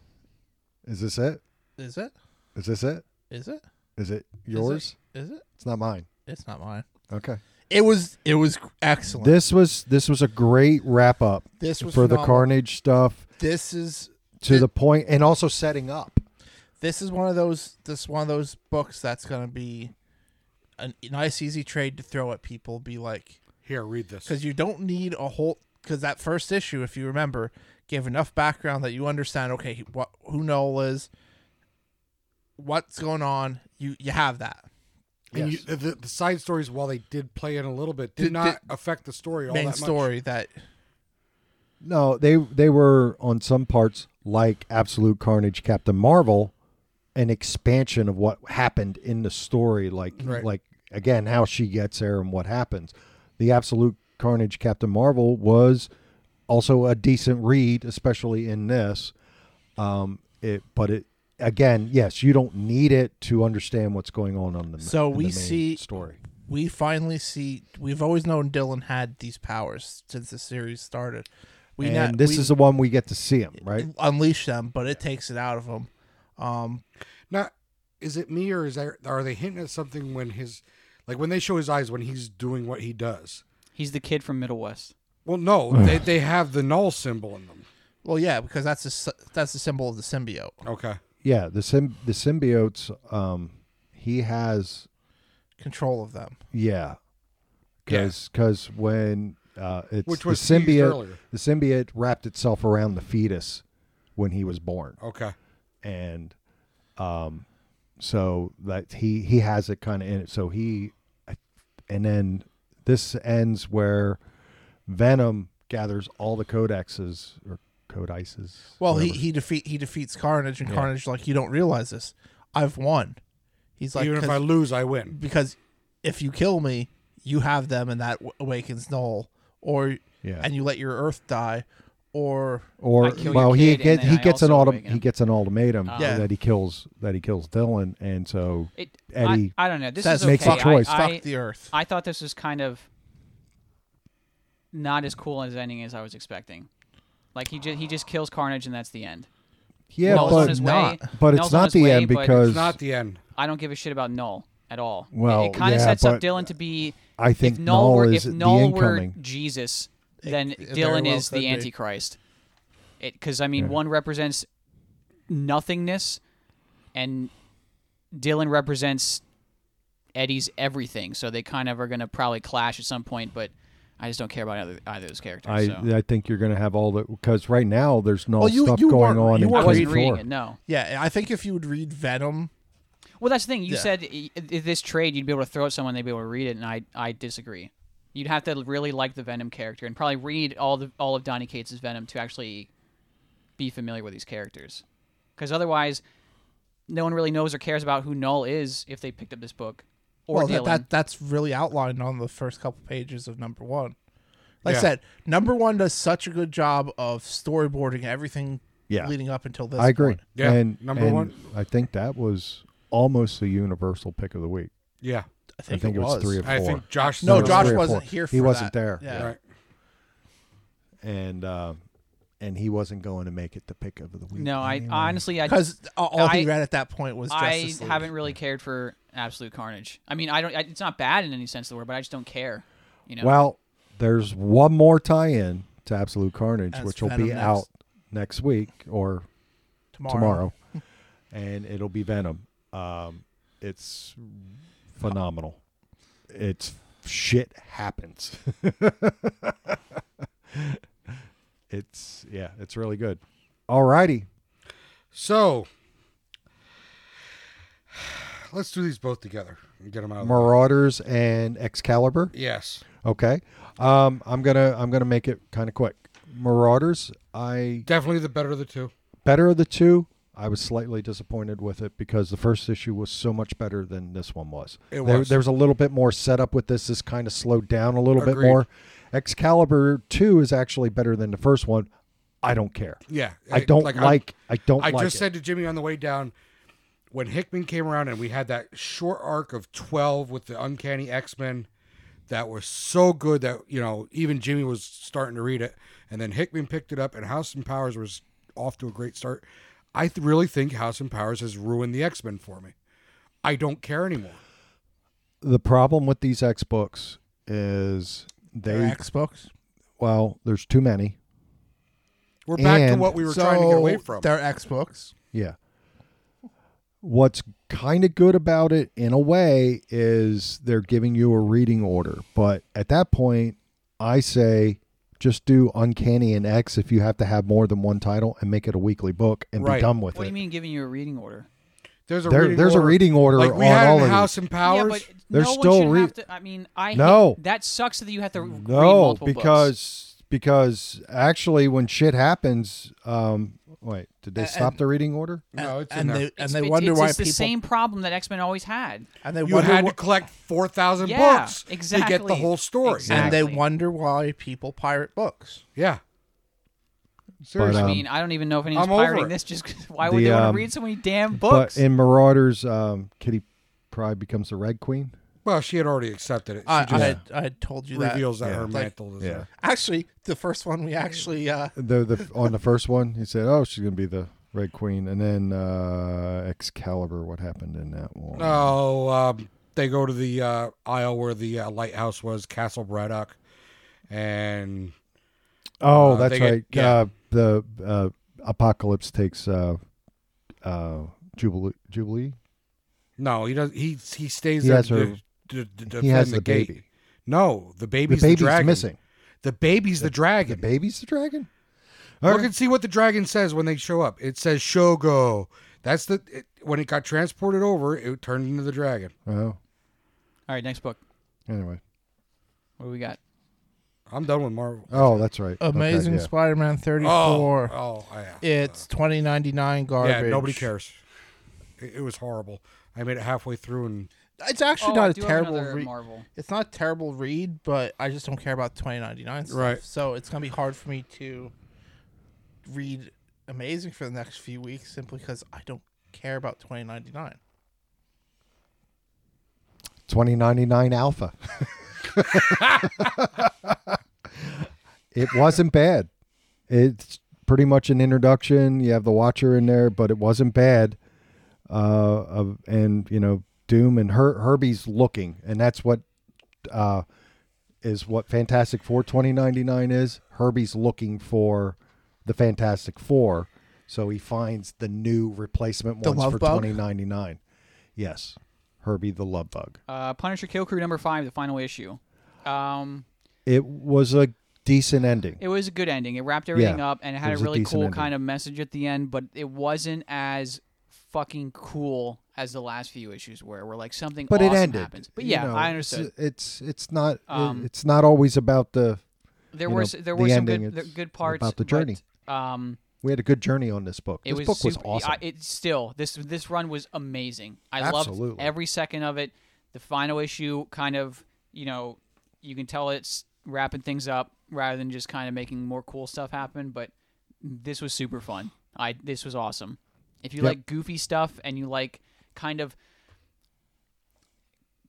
Speaker 1: is this it?
Speaker 2: Is it?
Speaker 1: Is this it?
Speaker 2: Is it?
Speaker 1: Is it yours?
Speaker 2: Is it?
Speaker 1: It's not mine.
Speaker 2: It's not mine.
Speaker 1: Okay.
Speaker 2: It was. It was excellent. This,
Speaker 1: This was this was a great wrap up
Speaker 2: was
Speaker 1: for the
Speaker 2: phenomenal.
Speaker 1: Carnage stuff
Speaker 2: This is.
Speaker 1: to the point, and also setting up.
Speaker 2: This is one of those. This is one of those books that's gonna be a nice, easy trade to throw at people. Be like,
Speaker 4: Here, read this.
Speaker 2: because you don't need a whole. Because that first issue, if you remember, gave enough background that you understand. Okay, what who Noel is, what's going on. You you have that.
Speaker 4: And
Speaker 1: Yes.
Speaker 4: you, the, the side stories, while they did play in a little bit, did,
Speaker 2: Did-
Speaker 4: not affect the story all
Speaker 2: main
Speaker 4: that much.
Speaker 2: story that
Speaker 1: No, they they were on some parts like Absolute Carnage, Captain Marvel, an expansion of what happened in the story, like
Speaker 4: Right.
Speaker 1: like again how she gets there and what happens. The Absolute Carnage, Captain Marvel was also a decent read, especially in this. Um, it but it again, yes, you don't need it to understand what's going on on the
Speaker 2: So
Speaker 1: in the
Speaker 2: we
Speaker 1: main
Speaker 2: see-
Speaker 1: story.
Speaker 2: we finally see we've always known Dylan had these powers since the series started. We
Speaker 1: and
Speaker 2: now-
Speaker 1: this
Speaker 2: we
Speaker 1: is the one we get to see him, right?
Speaker 2: unleash them, but it takes it out of them. Um,
Speaker 4: Not is it me or is there are they hinting at something when his like when they show his eyes when he's doing what he does?
Speaker 3: He's the kid from Middle West.
Speaker 4: Well, no, they, they have the null symbol in them.
Speaker 2: well, yeah, because that's a s- that's the symbol of the symbiote.
Speaker 4: Okay,
Speaker 1: Yeah, the sym- the symbiotes. Um, he has
Speaker 2: Control of them.
Speaker 1: yeah, because when uh, it's
Speaker 4: which
Speaker 1: the
Speaker 4: was seized
Speaker 1: symbiote,
Speaker 4: earlier.
Speaker 1: the symbiote wrapped itself around the fetus when he was born,
Speaker 4: Okay,
Speaker 1: and um, so that he he has it kind of in it. So he, and then this ends where Venom gathers all the codexes or codices.
Speaker 2: Well, he,
Speaker 1: whatever.
Speaker 2: he defeat he defeats Carnage, and Carnage like you don't realize this. I've won. He's like
Speaker 4: even if
Speaker 2: 'cause-
Speaker 4: I lose, I win.
Speaker 2: because if you kill me, you have them, and that w- awakens Null, or
Speaker 1: Yeah.
Speaker 2: and you let your Earth die, or
Speaker 1: or
Speaker 3: I kill your
Speaker 1: well he
Speaker 3: kid and
Speaker 1: get
Speaker 3: then
Speaker 1: he
Speaker 3: I
Speaker 1: gets an
Speaker 3: also
Speaker 1: autumn
Speaker 3: awaken
Speaker 1: he
Speaker 3: him.
Speaker 1: gets an ultimatum
Speaker 2: Yeah.
Speaker 1: that he kills that he kills Dylan and so
Speaker 3: It,
Speaker 1: Eddie
Speaker 3: I, I don't know. This
Speaker 2: says
Speaker 3: is
Speaker 1: Makes a
Speaker 3: okay.
Speaker 1: choice.
Speaker 3: I, I,
Speaker 2: fuck the Earth.
Speaker 3: I thought this was kind of not as cool as ending as I was expecting. Like he just he just kills Carnage and that's the end.
Speaker 1: yeah
Speaker 3: Null's on
Speaker 1: but
Speaker 3: his way.
Speaker 1: but it's
Speaker 3: Null's on
Speaker 1: not
Speaker 3: his
Speaker 1: the
Speaker 3: way,
Speaker 1: end
Speaker 3: but
Speaker 1: because
Speaker 4: It's not the end.
Speaker 3: I don't give a shit about Null at all. It-
Speaker 1: Well,
Speaker 3: it, kind of
Speaker 1: yeah,
Speaker 3: sets up
Speaker 1: but
Speaker 3: Dylan to be
Speaker 1: I think
Speaker 3: if Null were
Speaker 1: is
Speaker 3: if
Speaker 1: the
Speaker 3: Null were
Speaker 1: incoming
Speaker 3: Jesus, then
Speaker 2: it very
Speaker 3: Dylan
Speaker 2: well
Speaker 3: is
Speaker 2: could
Speaker 3: the
Speaker 2: be.
Speaker 3: Antichrist. It because I mean one represents nothingness, and Dylan represents Eddie's everything. So they kind of are going to probably clash at some point, but. I just don't care about either, either of those characters.
Speaker 1: I
Speaker 3: so.
Speaker 1: I think you're gonna have all the because right now there's Null
Speaker 2: Well, you-
Speaker 1: stuff
Speaker 2: you
Speaker 1: going
Speaker 2: weren't-
Speaker 1: on
Speaker 2: you
Speaker 1: in
Speaker 2: weren't
Speaker 3: I wasn't
Speaker 1: Phase
Speaker 3: reading
Speaker 1: four.
Speaker 3: it. No.
Speaker 2: Yeah, I think if you would read Venom,
Speaker 3: Well, that's the thing. You
Speaker 2: Yeah.
Speaker 3: said i- i- this trade, you'd be able to throw it at someone, they'd be able to read it, and I, I disagree. You'd have to really like the Venom character and probably read all the all of Donny Cates' Venom to actually be familiar with these characters, because otherwise, no one really knows or cares about who Null is if they picked up this book or
Speaker 2: well,
Speaker 3: Dylan.
Speaker 2: that, that that's really outlined on the first couple pages of number one. Like I
Speaker 4: Yeah.
Speaker 2: said, number one does such a good job of storyboarding everything
Speaker 1: Yeah.
Speaker 2: leading up until this.
Speaker 1: I agree
Speaker 2: point.
Speaker 4: Yeah,
Speaker 1: and
Speaker 4: number
Speaker 1: and
Speaker 4: one.
Speaker 1: I think that was almost a universal pick of the week
Speaker 4: Yeah,
Speaker 2: I
Speaker 1: I
Speaker 2: think,
Speaker 1: think it was, three or four
Speaker 4: I think Josh.
Speaker 2: No,
Speaker 4: said it
Speaker 1: was
Speaker 2: Josh
Speaker 1: three or
Speaker 2: wasn't
Speaker 1: four.
Speaker 2: here
Speaker 1: He
Speaker 2: for
Speaker 1: wasn't
Speaker 2: that.
Speaker 1: there.
Speaker 2: Yeah.
Speaker 4: Right.
Speaker 1: and uh, and he wasn't going to make it the pick of the week
Speaker 3: no, I
Speaker 1: anyway.
Speaker 3: honestly, I
Speaker 2: Because all all he
Speaker 3: I-
Speaker 2: read at that point was
Speaker 3: I
Speaker 2: Justice League.
Speaker 3: haven't really cared for Absolute Carnage. I mean, I don't. I, it's not bad in any sense of the word, but I just don't care. You know.
Speaker 1: Well, there's one more tie-in to Absolute Carnage,
Speaker 2: That's
Speaker 1: which will
Speaker 2: Venom
Speaker 1: be
Speaker 2: next.
Speaker 1: out next week or
Speaker 2: tomorrow.
Speaker 1: tomorrow, and it'll be Venom. Um, it's phenomenal. It's shit happens. it's yeah, it's really good. Alrighty,
Speaker 4: So let's do these both together and get them out. Of the way.
Speaker 1: Marauders and Excalibur.
Speaker 4: yes.
Speaker 1: Okay, um, I'm gonna I'm gonna make it kind of quick. Marauders, I
Speaker 4: Definitely the better of the two.
Speaker 1: better of the two. I was slightly disappointed with it because the first issue was so much better than this one was.
Speaker 4: It
Speaker 1: There,
Speaker 4: was.
Speaker 1: there was a little bit more setup with this. This kind of slowed down a little bit
Speaker 4: Agreed.
Speaker 1: more. Excalibur two is actually better than the first one. I don't care.
Speaker 4: Yeah. eh,
Speaker 1: I don't like.
Speaker 4: I'm-
Speaker 1: I, don't
Speaker 4: I
Speaker 1: like.
Speaker 4: just
Speaker 1: it.
Speaker 4: said to Jimmy on the way down when Hickman came around and we had that short arc of 12 with the Uncanny X Men that was so good that, you know, even Jimmy was starting to read it. And then Hickman picked it up and House and Powers was off to a great start. I th- really think House and Powers has ruined the X Men for me. I don't care anymore.
Speaker 1: The problem with these X books is
Speaker 2: They're
Speaker 1: they
Speaker 2: X books.
Speaker 1: well, there's too many.
Speaker 4: We're back to
Speaker 1: And-
Speaker 4: what we were trying to get away from.
Speaker 2: They're X books.
Speaker 1: Yeah. What's kind of good about it in a way is they're giving you a reading order. But at that point, I say just do Uncanny and X if you have to have more than one title and make it a weekly book and
Speaker 4: Right.
Speaker 1: be done with
Speaker 3: What do
Speaker 1: it.
Speaker 3: you mean giving you a reading order?
Speaker 4: There's a
Speaker 1: There-
Speaker 4: reading
Speaker 1: there's a
Speaker 4: order.
Speaker 1: reading order
Speaker 4: like we
Speaker 1: on
Speaker 4: had
Speaker 1: all
Speaker 4: in
Speaker 1: of
Speaker 4: House and
Speaker 3: Yeah,
Speaker 4: Powers.
Speaker 3: but
Speaker 1: They're
Speaker 3: no
Speaker 1: still
Speaker 3: one should
Speaker 1: re-
Speaker 3: have to. I mean, I hate-
Speaker 1: No.
Speaker 3: that sucks that you have to re- read
Speaker 1: No,
Speaker 3: multiple books.
Speaker 1: because because actually when shit happens, um wait, did they
Speaker 2: A-
Speaker 1: stop
Speaker 2: and-
Speaker 1: the reading order?
Speaker 4: no, it's in
Speaker 2: and
Speaker 4: there.
Speaker 2: they and they
Speaker 3: It's-
Speaker 2: wonder
Speaker 3: it's,
Speaker 2: why
Speaker 3: it's
Speaker 2: people
Speaker 3: the same problem that X Men always had.
Speaker 2: and they
Speaker 4: you
Speaker 2: wonder
Speaker 4: had
Speaker 2: wh-
Speaker 4: to collect four thousand
Speaker 3: Yeah,
Speaker 4: books to get the
Speaker 3: exactly.
Speaker 4: whole story.
Speaker 3: Exactly.
Speaker 2: and they wonder why people pirate books.
Speaker 4: Yeah.
Speaker 1: But,
Speaker 4: Seriously.
Speaker 1: um,
Speaker 3: I mean, I don't even know if anyone's
Speaker 4: I'm over
Speaker 3: pirating
Speaker 4: it.
Speaker 3: this. Just 'cause- why would
Speaker 1: The,
Speaker 3: they want
Speaker 1: um,
Speaker 3: to read so many damn books?
Speaker 1: But in Marauders, um Kitty Pride becomes the Red Queen.
Speaker 4: well, she had already accepted it. She
Speaker 2: I, I
Speaker 4: just
Speaker 2: had I had told you that.
Speaker 4: reveals that,
Speaker 1: Yeah.
Speaker 4: her
Speaker 1: Like-
Speaker 4: mantle is
Speaker 1: yeah.
Speaker 4: there.
Speaker 2: Actually, the first one we actually uh,
Speaker 1: the, the on the first one, he said, "Oh, she's gonna be the Red Queen," and then uh, Excalibur. What happened in that one?
Speaker 4: No, um, they go to the uh, aisle where the uh, lighthouse was, Castle Braddock, and
Speaker 1: oh,
Speaker 4: uh,
Speaker 1: that's
Speaker 4: they get-
Speaker 1: right.
Speaker 4: yeah.
Speaker 1: Uh, the uh, Apocalypse takes uh, uh, Jubilee. Jubilee.
Speaker 4: no, he does. He he stays
Speaker 1: He
Speaker 4: there
Speaker 1: has
Speaker 4: to,
Speaker 1: her-
Speaker 4: to, to defend
Speaker 1: he has
Speaker 4: the,
Speaker 1: the
Speaker 4: gate.
Speaker 1: baby.
Speaker 4: No, the
Speaker 1: The
Speaker 4: baby's the,
Speaker 1: baby's
Speaker 4: dragon.
Speaker 1: missing.
Speaker 4: The baby's the,
Speaker 1: The
Speaker 4: dragon.
Speaker 1: baby's the dragon. All
Speaker 4: Look
Speaker 1: right.
Speaker 4: and see what the dragon says when they show up. It says Shogo. That's the it, when it got transported over, it turned into the dragon.
Speaker 1: Oh,
Speaker 3: All right, next book.
Speaker 1: anyway.
Speaker 3: What do we got?
Speaker 4: I'm done with Marvel.
Speaker 1: Oh, that's right. Okay,
Speaker 2: Amazing
Speaker 1: yeah.
Speaker 2: Spider-Man
Speaker 4: Oh,
Speaker 2: 34.
Speaker 4: oh, yeah.
Speaker 2: It's 2099 garbage.
Speaker 4: Yeah, nobody cares. It, it was horrible. I made it halfway through, and
Speaker 2: It's actually
Speaker 3: oh, I
Speaker 2: not a
Speaker 3: do have
Speaker 2: terrible
Speaker 3: another
Speaker 2: read.
Speaker 3: Marvel.
Speaker 2: It's not a terrible read, but I just don't care about 2099 stuff.
Speaker 4: Right.
Speaker 2: So it's gonna be hard for me to read Amazing for the next few weeks simply because I don't care about 2099.
Speaker 1: 2099 Alpha. it wasn't bad. It's pretty much an introduction. You have the Watcher in there, but it wasn't bad. Uh, of, and you know, Doom and Her- Herbie's looking, and that's what uh, is what Fantastic Four 2099 is. Herbie's looking for the Fantastic Four, so he finds the new replacement
Speaker 2: The
Speaker 1: ones
Speaker 2: love
Speaker 1: for
Speaker 2: bug?
Speaker 1: 2099. Yes, Herbie the Love Bug.
Speaker 3: Uh, Punisher Kill Crew number five, the final issue. Um,
Speaker 1: It was a decent ending.
Speaker 3: it was a good ending. It wrapped everything
Speaker 1: Yeah,
Speaker 3: up and it
Speaker 1: it
Speaker 3: had a
Speaker 1: was a
Speaker 3: really
Speaker 1: decent
Speaker 3: cool
Speaker 1: ending.
Speaker 3: kind of message at the end, but it wasn't as fucking cool as the last few issues were. Where like something
Speaker 1: but
Speaker 3: awesome
Speaker 1: it ended.
Speaker 3: happens. But
Speaker 1: You
Speaker 3: yeah,
Speaker 1: know, it's-
Speaker 3: I understood.
Speaker 1: It's it's not it-
Speaker 3: Um,
Speaker 1: it's not always about the.
Speaker 3: There
Speaker 1: you
Speaker 3: were
Speaker 1: know,
Speaker 3: s there
Speaker 1: the
Speaker 3: were some
Speaker 1: ending,
Speaker 3: good
Speaker 1: it's
Speaker 3: th- good parts
Speaker 1: about the
Speaker 3: but,
Speaker 1: journey.
Speaker 3: um,
Speaker 1: We had a good journey on this book.
Speaker 3: it
Speaker 1: this
Speaker 3: was
Speaker 1: book was
Speaker 3: super-
Speaker 1: awesome.
Speaker 3: I, it still this this run was amazing. I loved
Speaker 1: Absolutely.
Speaker 3: every second of it. The final issue kind of you know you can tell it's wrapping things up rather than just kind of making more cool stuff happen. But this was super fun. I this was awesome. If you
Speaker 1: Yep.
Speaker 3: like goofy stuff and you like kind of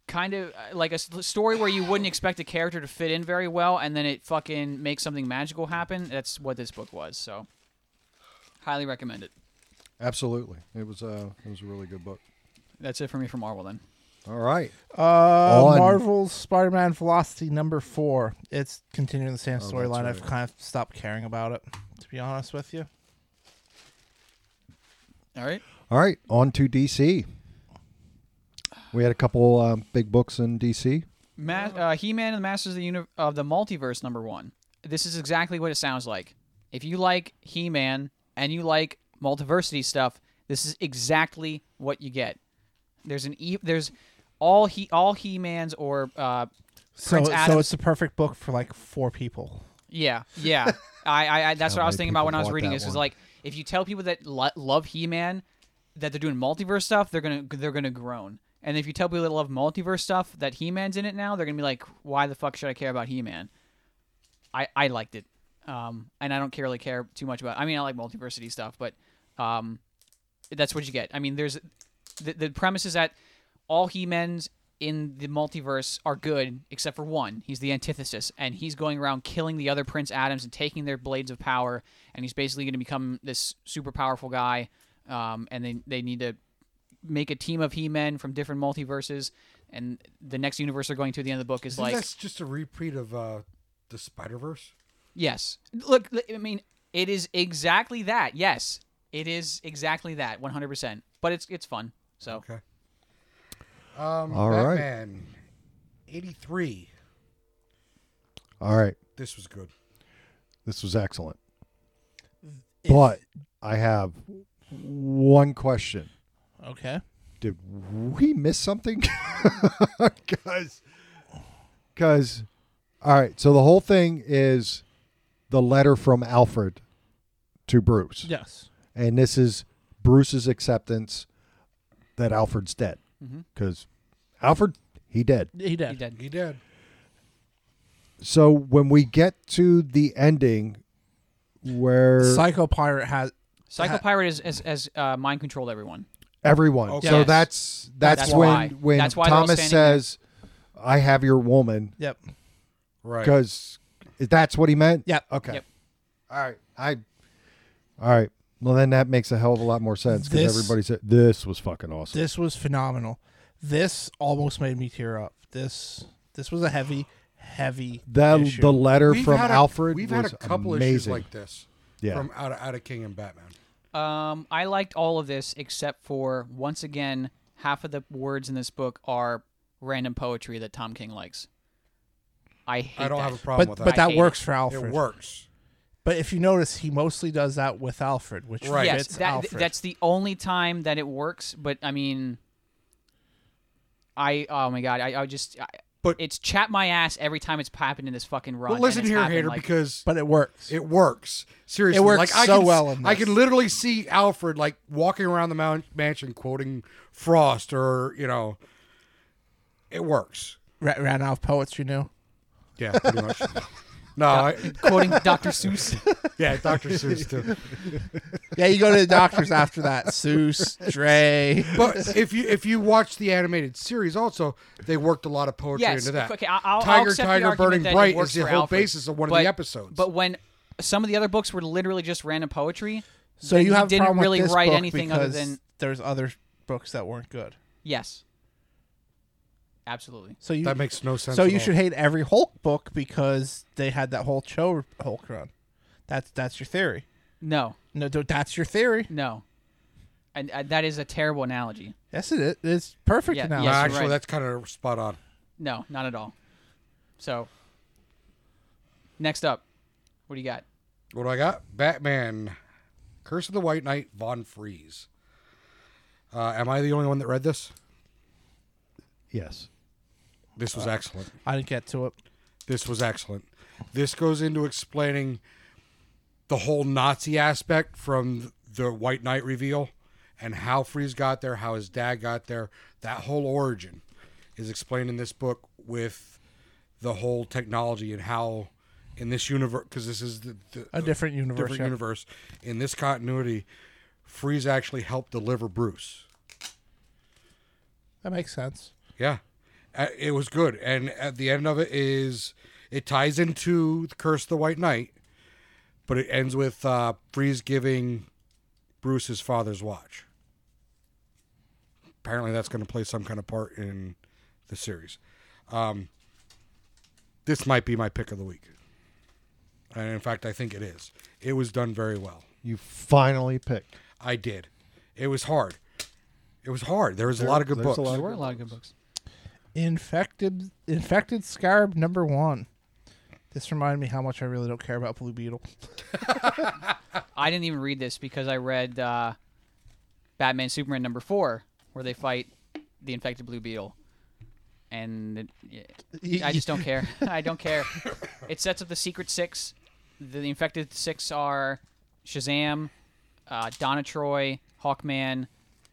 Speaker 3: kind of uh, like a s- story where you wouldn't expect a character to fit in very well and then it fucking makes something magical happen that's what this book was so highly recommend it
Speaker 1: Absolutely, it was a it was a really good book.
Speaker 3: that's it for me for marvel then
Speaker 1: All right,
Speaker 2: Uh,
Speaker 1: On-
Speaker 2: Marvel's Spider-Man Velocity number four. It's continuing the same storyline. I've kind of stopped caring about it, to be honest with you.
Speaker 3: all right
Speaker 1: all right, on to DC. We had a couple um, big books in DC.
Speaker 3: Ma- uh, He-Man and the Masters of the, Uni- of the Multiverse number one. This is exactly what it sounds like. If you like He-Man and you like multiversity stuff, this is exactly what you get. There's an e- there's all he all He-Mans or uh,
Speaker 2: So,
Speaker 3: Prince
Speaker 2: so
Speaker 3: Adam-
Speaker 2: it's the perfect book for like four people.
Speaker 3: yeah yeah. I, I, I that's
Speaker 1: How
Speaker 3: what I was
Speaker 1: many
Speaker 3: thinking about
Speaker 1: people
Speaker 3: when I was
Speaker 1: bought
Speaker 3: reading
Speaker 1: that
Speaker 3: this. Is
Speaker 1: one?
Speaker 3: like if you tell people that lo- love He-Man that they're doing multiverse stuff, they're gonna they're gonna groan. And if you tell people that love multiverse stuff that He-Man's in it now, they're gonna be like, why the fuck should I care about He-Man? I, I liked it. Um, and I don't care, really care too much about. I mean, I like multiversity stuff, but um, that's what you get. I mean, there's the, the premise is that all He-Men's in the multiverse are good except for one. He's the antithesis, and he's going around killing the other Prince Adams and taking their blades of power. And he's basically going to become this super powerful guy. Um, and they they need to make a team of He-Men from different multiverses. And the next universe they're going to at the end of the book is
Speaker 4: Isn't
Speaker 3: like
Speaker 4: that's just a repeat of uh, the Spider Verse.
Speaker 3: Yes. Look, l- I mean, it is exactly that. Yes, it is exactly that. One hundred percent. But it's it's fun. So
Speaker 4: Okay. Um,
Speaker 1: All right.
Speaker 4: Batman, eighty three.
Speaker 1: All right.
Speaker 4: This was good.
Speaker 1: This was excellent. But I have one question.
Speaker 2: Okay.
Speaker 1: Did we miss something? Because, because, all right. So the whole thing is the letter from Alfred to Bruce,
Speaker 2: Yes.
Speaker 1: and this is Bruce's acceptance that Alfred's dead.
Speaker 3: Mm-hmm.
Speaker 1: Because Alfred, he dead.
Speaker 2: He did.
Speaker 3: he did.
Speaker 4: He did.
Speaker 1: So when we get to the ending, where
Speaker 2: Psycho Pirate has.
Speaker 3: Psycho
Speaker 2: Ha-
Speaker 3: Pirate is has, has uh, mind controlled everyone.
Speaker 1: everyone.
Speaker 4: Okay.
Speaker 1: So
Speaker 3: Oh, Yes.
Speaker 1: that's that's,
Speaker 3: That's
Speaker 1: when
Speaker 3: why.
Speaker 1: when
Speaker 3: That's why they're all
Speaker 1: Thomas
Speaker 3: standing there.
Speaker 1: says, "I have your woman,"
Speaker 2: Yep.
Speaker 4: Right.
Speaker 1: because that's what he meant.
Speaker 2: Yep.
Speaker 1: Okay.
Speaker 3: Yep.
Speaker 1: All right. I. All right. Well, then that makes a hell of a lot more sense because
Speaker 2: This-
Speaker 1: everybody said this was fucking awesome.
Speaker 2: This was phenomenal. This almost made me tear up. This this was a heavy, heavy.
Speaker 1: the
Speaker 2: issue.
Speaker 1: the letter
Speaker 4: We've
Speaker 1: from
Speaker 4: had a-
Speaker 1: Alfred
Speaker 4: We've
Speaker 1: was
Speaker 4: had a couple
Speaker 1: amazing.
Speaker 4: issues like this.
Speaker 1: Yeah.
Speaker 4: From out of, out of King and Batman.
Speaker 3: Um, I liked all of this except for once again, half of the words in this book are random poetry that Tom King likes. I hate.
Speaker 4: I don't
Speaker 3: that.
Speaker 4: have a problem
Speaker 2: but
Speaker 4: with
Speaker 2: but
Speaker 3: I
Speaker 2: that
Speaker 3: hate
Speaker 2: works for Alfred.
Speaker 4: It works.
Speaker 2: But if you notice, he mostly does that with Alfred, which
Speaker 4: Right.
Speaker 3: Yes,
Speaker 2: fits
Speaker 3: that, th-
Speaker 2: Alfred.
Speaker 3: that's the only time that it works. But I mean, I oh my god, I, I just I,
Speaker 4: But-
Speaker 3: it's chat my ass every time it's happened in this fucking run.
Speaker 4: Well,
Speaker 3: and
Speaker 4: listen
Speaker 3: it's
Speaker 4: here,
Speaker 3: happened,
Speaker 4: hater,
Speaker 3: like-
Speaker 4: because
Speaker 2: but it works.
Speaker 4: it works. Seriously,
Speaker 2: works
Speaker 4: like, I
Speaker 2: so
Speaker 4: can,
Speaker 2: well in
Speaker 4: I
Speaker 2: this.
Speaker 4: can literally see Alfred like walking around the mount- mansion quoting Frost, or you know, it works.
Speaker 2: Ra- ran out of poets, you know.
Speaker 4: Yeah, pretty much. no, I,
Speaker 3: quoting Dr. Seuss.
Speaker 4: yeah, Doctor Seuss too.
Speaker 2: Yeah, you go to the doctors after that. Seuss, Dre.
Speaker 4: But if you if you watch the animated series, also they worked a lot of poetry
Speaker 3: yes,
Speaker 4: into that.
Speaker 3: okay, I- I'll, I'll
Speaker 4: Tiger,
Speaker 3: accept the
Speaker 4: Tiger,
Speaker 3: argument
Speaker 4: Burning
Speaker 3: that it
Speaker 4: Bright
Speaker 3: works
Speaker 4: is the
Speaker 3: for
Speaker 4: whole
Speaker 3: Alfred,
Speaker 4: basis of one
Speaker 3: but-
Speaker 4: of the episodes.
Speaker 3: But when some of the other books were literally just random poetry,
Speaker 2: So you
Speaker 3: he
Speaker 2: have a
Speaker 3: didn't
Speaker 2: problem with
Speaker 3: really
Speaker 2: this
Speaker 3: write
Speaker 2: book
Speaker 3: anything other
Speaker 2: because
Speaker 3: than-
Speaker 2: there's other books that weren't good.
Speaker 3: yes, absolutely.
Speaker 2: So you
Speaker 4: that makes no sense.
Speaker 2: so
Speaker 4: at
Speaker 2: you
Speaker 4: all.
Speaker 2: should hate every Hulk book because they had that whole Cho Hulk run. That's that's your theory.
Speaker 3: No,
Speaker 2: No, th- that's your theory.
Speaker 3: no, and uh, that is a terrible analogy.
Speaker 2: Yes, it is. It's perfect
Speaker 3: Yeah,
Speaker 2: now.
Speaker 3: yes.
Speaker 4: Uh, actually,
Speaker 3: right.
Speaker 4: that's kind of spot on.
Speaker 3: No, not at all. So, next up, what do you got?
Speaker 4: What do I got? Batman, Curse of the White Knight, Von Freeze. Uh, am I the only one that read this?
Speaker 1: yes.
Speaker 4: This was excellent.
Speaker 2: I didn't get to it.
Speaker 4: This was excellent. This goes into explaining the whole Nazi aspect from the White Knight reveal and how Freeze got there, how his dad got there. That whole origin is explained in this book with the whole technology and how in this universe, because this is the, the,
Speaker 2: A different universe.
Speaker 4: different
Speaker 2: yeah.
Speaker 4: universe. In this continuity, Freeze actually helped deliver Bruce.
Speaker 2: That makes sense.
Speaker 4: Yeah, Uh, it was good. And at the end of it is it ties into the Curse of the White Knight, but it ends with uh, Freeze giving Bruce his father's watch. Apparently, that's going to play some kind of part in the series. Um, this might be my pick of the week, and in fact, I think it is. It was done very well.
Speaker 1: You finally picked.
Speaker 4: I did. It was hard. It was hard. There was a lot of good
Speaker 1: there's
Speaker 4: books.
Speaker 1: a lot of-
Speaker 3: were a lot of good books.
Speaker 2: Infected infected scarab number one. This reminded me how much I really don't care about Blue Beetle.
Speaker 3: I didn't even read this because I read uh, Batman Superman number four, where they fight the infected Blue Beetle, and it-
Speaker 2: Y-
Speaker 3: I just don't care. I don't care. It sets up the Secret Six. The, the infected six are Shazam, uh, Donna Troy, Hawkman,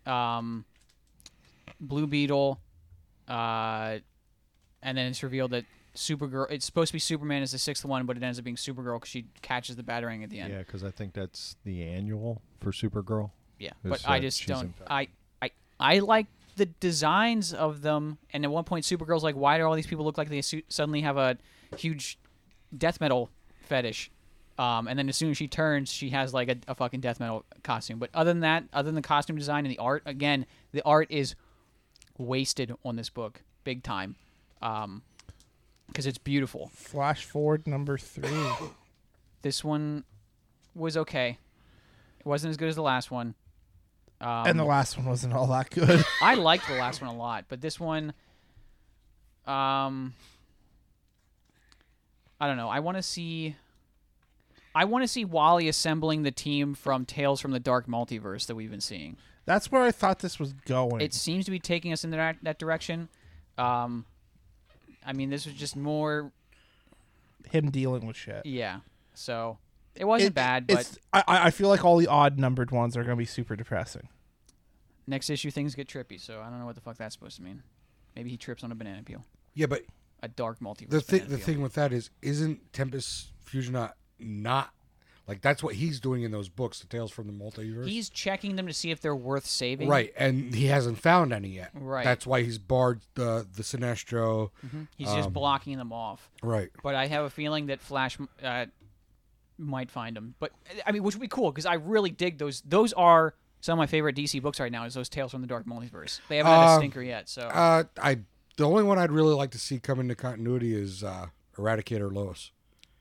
Speaker 3: um, Blue Beetle, uh, and then it's revealed that Supergirl. It's supposed to be Superman is the sixth one, but it ends up being Supergirl because she catches the batarang at the end.
Speaker 1: Yeah, because I think that's the annual for Supergirl.
Speaker 3: Yeah,
Speaker 1: Is
Speaker 3: but I
Speaker 1: that
Speaker 3: just
Speaker 1: she's
Speaker 3: don't.
Speaker 1: infected.
Speaker 3: I I I like the designs of them, and at one point, Supergirl's like, "Why do all these people look like they su- suddenly have a huge death metal fetish?" Um, and then as soon as she turns, she has like a, a fucking death metal costume. But other than that, other than the costume design and the art, again, the art is wasted on this book big time, because it's beautiful.
Speaker 2: Flash forward number three.
Speaker 3: This one was okay. It wasn't as good as the last one. Um,
Speaker 2: and the last one wasn't all that good.
Speaker 3: I liked the last one a lot, but this one, um, I don't know. I want to see, I want to see Wally assembling the team from Tales from the Dark Multiverse that we've been seeing.
Speaker 2: That's where I thought this was going.
Speaker 3: It seems to be taking us in that that direction. Um, I mean, this was just more,
Speaker 2: him dealing with shit.
Speaker 3: yeah. So it wasn't
Speaker 2: It-
Speaker 3: bad, but
Speaker 2: it's- I- I, I feel like all the odd numbered ones are going to be super depressing.
Speaker 3: next issue things get trippy. So I don't know what the fuck that's supposed to mean. Maybe he trips on a banana peel,
Speaker 4: Yeah, but
Speaker 3: a dark multiverse.
Speaker 4: the thing
Speaker 3: banana
Speaker 4: the
Speaker 3: peel.
Speaker 4: thing with that is isn't Tempest Fusion not, not like that's what he's doing in those books, the Tales from the Multiverse.
Speaker 3: He's checking them to see if they're worth saving.
Speaker 4: right, and he hasn't found any yet.
Speaker 3: Right. Mm-hmm.
Speaker 4: That's why he's barred the the Sinestro.
Speaker 3: He's just blocking them off.
Speaker 4: Right.
Speaker 3: But I have a feeling that Flash uh, might find them. But I mean, which would be cool because I really dig those. Those are some of my favorite DC books right now. Is those Tales from the Dark Multiverse? They haven't had a
Speaker 4: Um,
Speaker 3: stinker yet. So
Speaker 4: Uh, I the only one I'd really like to see come into continuity is uh, Eradicator Lois.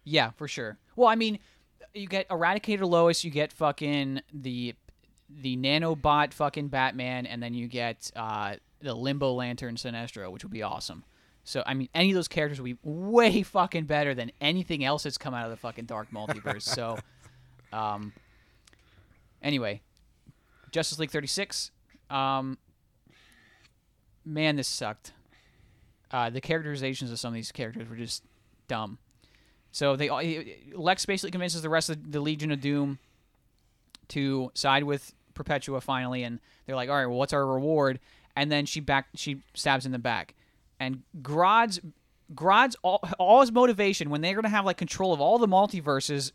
Speaker 3: yeah, for sure. Well, I mean, you get Eradicator Lois, you get fucking the the nanobot fucking Batman, and then you get uh, the Limbo Lantern Sinestro, which would be awesome. So I mean, any of those characters would be way fucking better than anything else that's come out of the fucking Dark Multiverse. so, um, anyway, Justice League thirty six. Um, man, this sucked. Uh, the characterizations of some of these characters were just dumb. So they all- Lex basically convinces the rest of the Legion of Doom to side with Perpetua finally, and they're like, "All right, well, what's our reward?" And then she back she stabs in the back, and Grodd's Grodd's all, all his motivation when they're gonna have like control of all the multiverses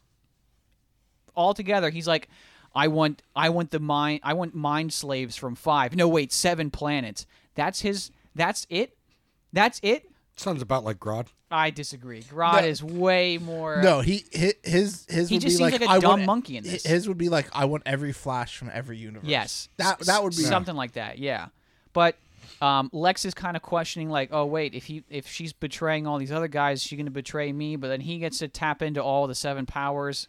Speaker 3: all together. He's like, "I want I want the mind I want mind slaves from five no wait seven planets." That's his. That's it. That's it.
Speaker 4: Sounds about like Grodd.
Speaker 3: I disagree. Grodd is way more.
Speaker 2: No, he hi- his his
Speaker 3: He
Speaker 2: would
Speaker 3: just
Speaker 2: be like,
Speaker 3: seems like a
Speaker 2: I
Speaker 3: dumb
Speaker 2: want-
Speaker 3: monkey in this.
Speaker 2: His would be like I want every Flash from every universe.
Speaker 3: Yes,
Speaker 2: that
Speaker 3: S-
Speaker 2: that would be
Speaker 3: something like that. Yeah, but um, Lex is kind of questioning, like, oh wait, if he if she's betraying all these other guys, is she going to betray me? But then he gets to tap into all the seven powers,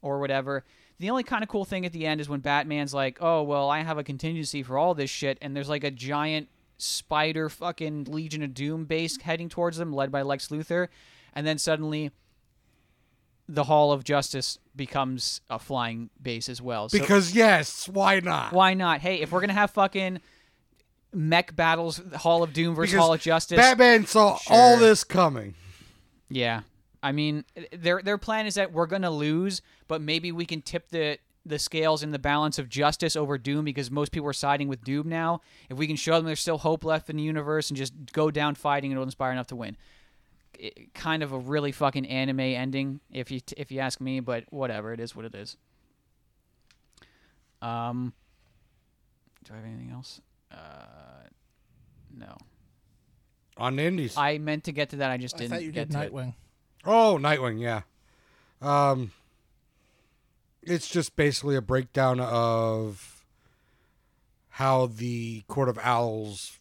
Speaker 3: or whatever. The only kind of cool thing at the end is when Batman's like, oh well, I have a contingency for all this shit, and there's like a giant spider fucking Legion of Doom base heading towards them, led by Lex Luthor, and then suddenly. The Hall of Justice becomes a flying base as well. So
Speaker 4: Because yes, why not?
Speaker 3: why not? Hey, if we're gonna have fucking mech battles, Hall of Doom versus
Speaker 4: Because
Speaker 3: Hall of Justice.
Speaker 4: Batman saw all this coming.
Speaker 3: yeah, I mean, their their plan is that we're gonna lose, but maybe we can tip the the scales in the balance of justice over Doom because most people are siding with Doom now. If we can show them there's still hope left in the universe and just go down fighting, it'll inspire enough to win. It, kind of a really fucking anime ending, if you if you ask me, but whatever, it is what it is. Um, do I have anything else? Uh, no.
Speaker 4: on the Indies.
Speaker 3: I meant to get to that. I just
Speaker 2: I
Speaker 3: didn't
Speaker 2: thought you
Speaker 3: get
Speaker 2: did
Speaker 3: to it.
Speaker 2: Nightwing.
Speaker 4: oh, Nightwing, yeah. Um, it's just basically a breakdown of how the Court of Owls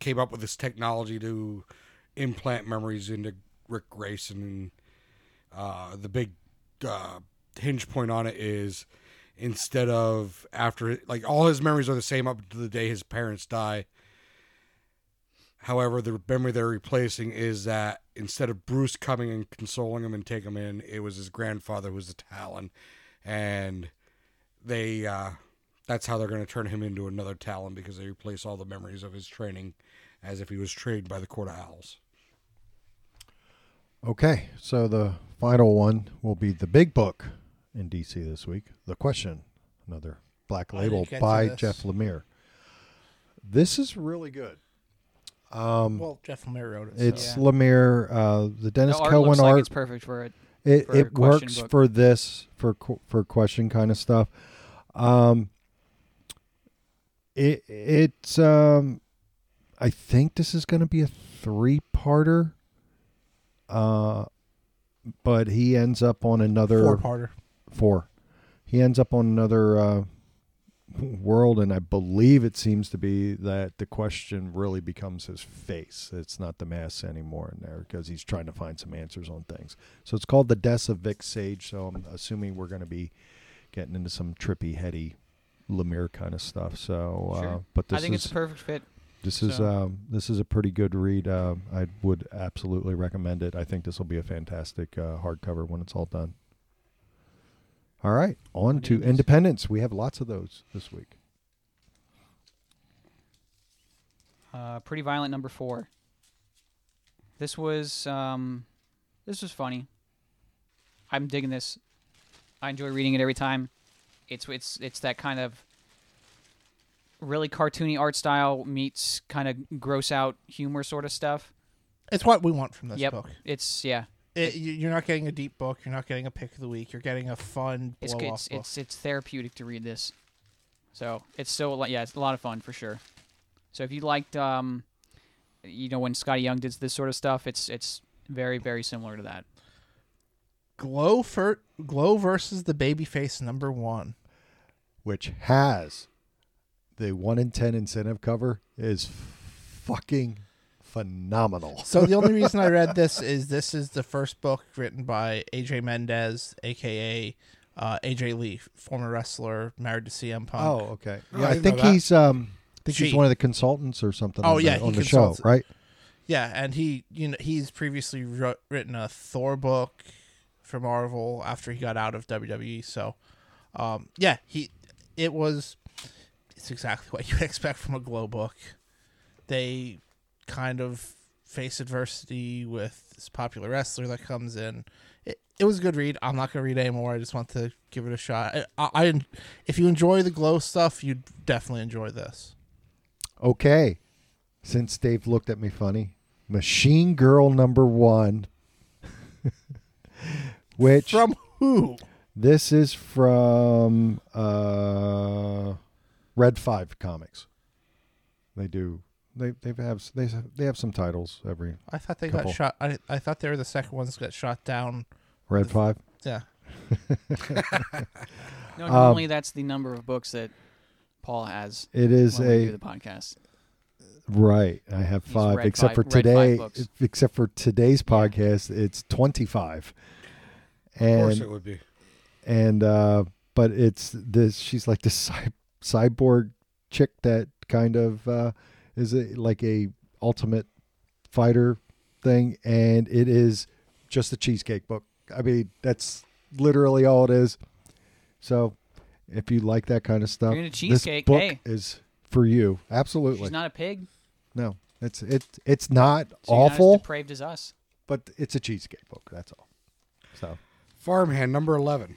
Speaker 4: came up with this technology to implant memories into Rick Grayson. And uh, the big uh, hinge point on it is instead of after, like, all his memories are the same up to the day his parents die. However, the memory they're replacing is that instead of Bruce coming and consoling him and taking him in, it was his grandfather who was the Talon, and they uh, that's how they're going to turn him into another Talon because they replace all the memories of his training as if he was trained by the Court of Owls.
Speaker 1: Okay, so the final one will be the big book in DC this week. The Question, another black
Speaker 2: didn't
Speaker 1: label
Speaker 2: get to
Speaker 1: by
Speaker 2: this.
Speaker 1: Jeff Lemire. This is really good.
Speaker 2: well, Jeff Lemire wrote it. so-
Speaker 1: Um, It's
Speaker 3: Yeah.
Speaker 1: Lemire, uh, the
Speaker 3: The
Speaker 1: Dennis
Speaker 3: art
Speaker 1: Cohen
Speaker 3: looks
Speaker 1: art.
Speaker 3: like it's perfect for it.
Speaker 1: it
Speaker 3: for a
Speaker 1: it
Speaker 3: question
Speaker 1: works
Speaker 3: book.
Speaker 1: for this for qu- for question kind of stuff. Um, it it's um I think this is going to be a three-parter. Uh but he ends up on another
Speaker 2: Four parter.
Speaker 1: four. He ends up on another uh, world, and I believe it seems to be that the question really becomes his face. It's not the mask anymore in there because he's trying to find some answers on things. So it's called the deaths of Vic Sage. So I'm assuming we're going to be getting into some trippy, heady Lemire kind of stuff. So, uh,
Speaker 3: Sure.
Speaker 1: but this
Speaker 3: I think
Speaker 1: is
Speaker 3: it's a perfect fit.
Speaker 1: this is
Speaker 3: so-
Speaker 1: um, this is a pretty good read. Uh, I would absolutely recommend it. I think this will be a fantastic uh, hardcover when it's all done. All right, on to Independence. We have lots of those this week.
Speaker 3: Uh, pretty violent number four. This was um, this was funny. I'm digging this. I enjoy reading it every time. It's it's it's that kind of really cartoony art style meets kind of gross out humor sort of stuff.
Speaker 2: It's what we want from this
Speaker 3: yep,
Speaker 2: book.
Speaker 3: it's yeah.
Speaker 2: It, you- you're not getting a deep book. You're not getting a pick of the week. You're getting a fun
Speaker 3: It's
Speaker 2: blow off
Speaker 3: it's
Speaker 2: book.
Speaker 3: it's, it's therapeutic to read this. So it's so li- yeah, it's a lot of fun for sure. So if you liked um, you know when Scotty Young did this sort of stuff, it's it's very very similar to that.
Speaker 2: Glow for Glow versus the Babyface number one.
Speaker 1: which has the one in ten incentive cover, is fucking phenomenal.
Speaker 2: So the only reason I read this is this is the first book written by AJ Mendez, aka uh, AJ Lee, former wrestler, married to CM Punk.
Speaker 1: Oh, okay.
Speaker 4: Oh,
Speaker 1: Yeah,
Speaker 4: I
Speaker 1: I,
Speaker 4: didn't know
Speaker 1: think
Speaker 4: that.
Speaker 1: he's um, I think he's
Speaker 2: She.
Speaker 1: one of the consultants or something.
Speaker 2: Oh,
Speaker 1: on
Speaker 2: yeah,
Speaker 1: the,
Speaker 2: he
Speaker 1: on the show,
Speaker 2: consults it.
Speaker 1: right?
Speaker 2: Yeah, and he you know he's previously wrote, written a Thor book for Marvel after he got out of WWE. So, um, yeah, he it was it's exactly what you would expect from a Glow book. They kind of face adversity with this popular wrestler that comes in. It, it was a good read. I'm not gonna read anymore. I just want to give it a shot. I, I, I if you enjoy the Glow stuff, you'd definitely enjoy this.
Speaker 1: Okay. Since Dave looked at me funny, Machine Girl number one, which
Speaker 2: From who?
Speaker 1: this is from uh, Red Five Comics. They do. They they have they have, they have some titles every
Speaker 2: I thought they
Speaker 1: Couple.
Speaker 2: got shot. I, I thought they were the second ones that got shot down.
Speaker 1: Red Five.
Speaker 2: Yeah.
Speaker 3: No,
Speaker 1: Um,
Speaker 3: normally that's the number of books that Paul has.
Speaker 1: It is
Speaker 3: when we do
Speaker 1: a
Speaker 3: the podcast.
Speaker 1: right. I have five,
Speaker 3: read
Speaker 1: except
Speaker 3: five-
Speaker 1: for
Speaker 3: read five
Speaker 1: today.
Speaker 3: books.
Speaker 1: Except for today's podcast, it's twenty five.
Speaker 4: Of
Speaker 1: And
Speaker 4: course it would be.
Speaker 1: and uh but it's this she's like this cy- cyborg chick that kind of uh is a, like a ultimate fighter thing and it is just a cheesecake book i mean that's literally all it is so if you like that kind of stuff
Speaker 3: You're into
Speaker 1: this
Speaker 3: cheesecake,
Speaker 1: book
Speaker 3: hey.
Speaker 1: is for you absolutely
Speaker 3: She's not a pig.
Speaker 1: no it's it, it's not
Speaker 3: So you're
Speaker 1: awful
Speaker 3: Not as depraved as us.
Speaker 1: but it's a cheesecake book that's all so
Speaker 4: Farmhand number eleven.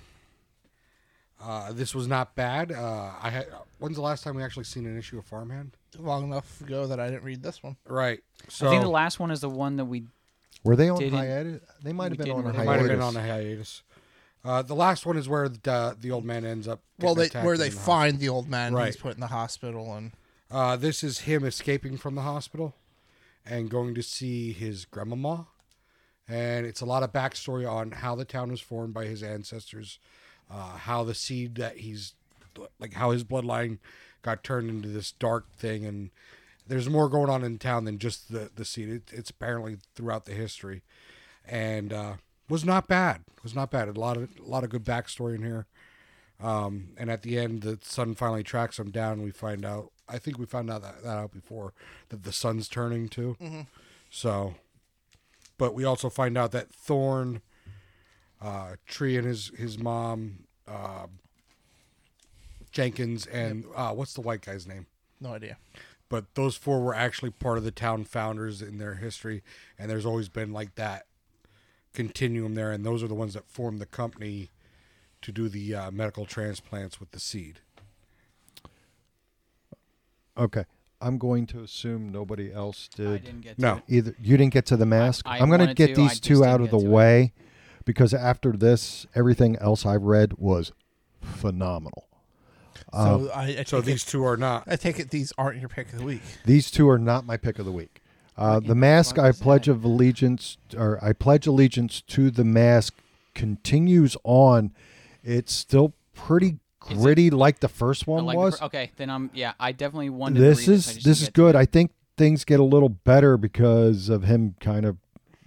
Speaker 4: Uh, this was not bad. Uh, I had, when's the last time we actually seen an issue of Farmhand?
Speaker 2: Long enough ago that I didn't read this one.
Speaker 4: Right. So
Speaker 3: I think the last one is the one that we.
Speaker 1: were they on
Speaker 3: Didn't-
Speaker 1: hiatus they might have
Speaker 3: we
Speaker 1: been on
Speaker 3: didn't
Speaker 1: a hiatus
Speaker 3: really-
Speaker 4: might have been on a hiatus. Uh, the last one is where the, the old man ends up. getting
Speaker 2: Well, they
Speaker 4: attacked
Speaker 2: where
Speaker 4: in
Speaker 2: they
Speaker 4: the
Speaker 2: find the old man and he's
Speaker 4: Right.
Speaker 2: put in the hospital and
Speaker 4: Uh, this is him escaping from the hospital and going to see his grandmama. And it's a lot of backstory on how the town was formed by his ancestors, uh, how the seed that he's like, how his bloodline got turned into this dark thing. And there's more going on in town than just the, the seed. It, it's apparently throughout the history. And uh, was not bad. Was not bad. A lot of a lot of good backstory in here. Um, and at the end, the sun finally tracks him down. We find out. I think we found out that, that out before that the sun's turning too. So, but we also find out that Thorn, uh, Tree, and his his mom, uh, Jenkins, and uh, what's the white guy's name?
Speaker 2: no idea.
Speaker 4: But those four were actually part of the town founders in their history, and there's always been like that continuum there, and those are the ones that formed the company to do the uh, medical transplants with the seed.
Speaker 1: Okay. I'm going to assume nobody else did.
Speaker 3: I didn't get. To
Speaker 4: No.
Speaker 3: it.
Speaker 1: Either you didn't get to the mask.
Speaker 3: I
Speaker 1: am going to
Speaker 3: wanted
Speaker 1: get
Speaker 3: to, I
Speaker 1: these
Speaker 3: just
Speaker 1: two
Speaker 3: didn't
Speaker 1: out of
Speaker 3: get
Speaker 1: the
Speaker 3: to it.
Speaker 1: way because after this, everything else I read was phenomenal.
Speaker 2: So I, I
Speaker 4: So
Speaker 2: take
Speaker 4: these
Speaker 2: it,
Speaker 4: two are not.
Speaker 2: I take it these aren't your pick of the week.
Speaker 1: These two are not my pick of the week. Uh, the mask I pledge of allegiance, or I pledge allegiance to the mask, continues on. It's still pretty
Speaker 3: it-
Speaker 1: gritty, like the first
Speaker 3: I
Speaker 1: one
Speaker 3: like the
Speaker 1: was.
Speaker 3: fir- okay, then I'm yeah. I definitely wanted
Speaker 1: this
Speaker 3: to read this. I
Speaker 1: is
Speaker 3: just
Speaker 1: this
Speaker 3: didn't
Speaker 1: is
Speaker 3: get to it.
Speaker 1: good. I think things get a little better because of him kind of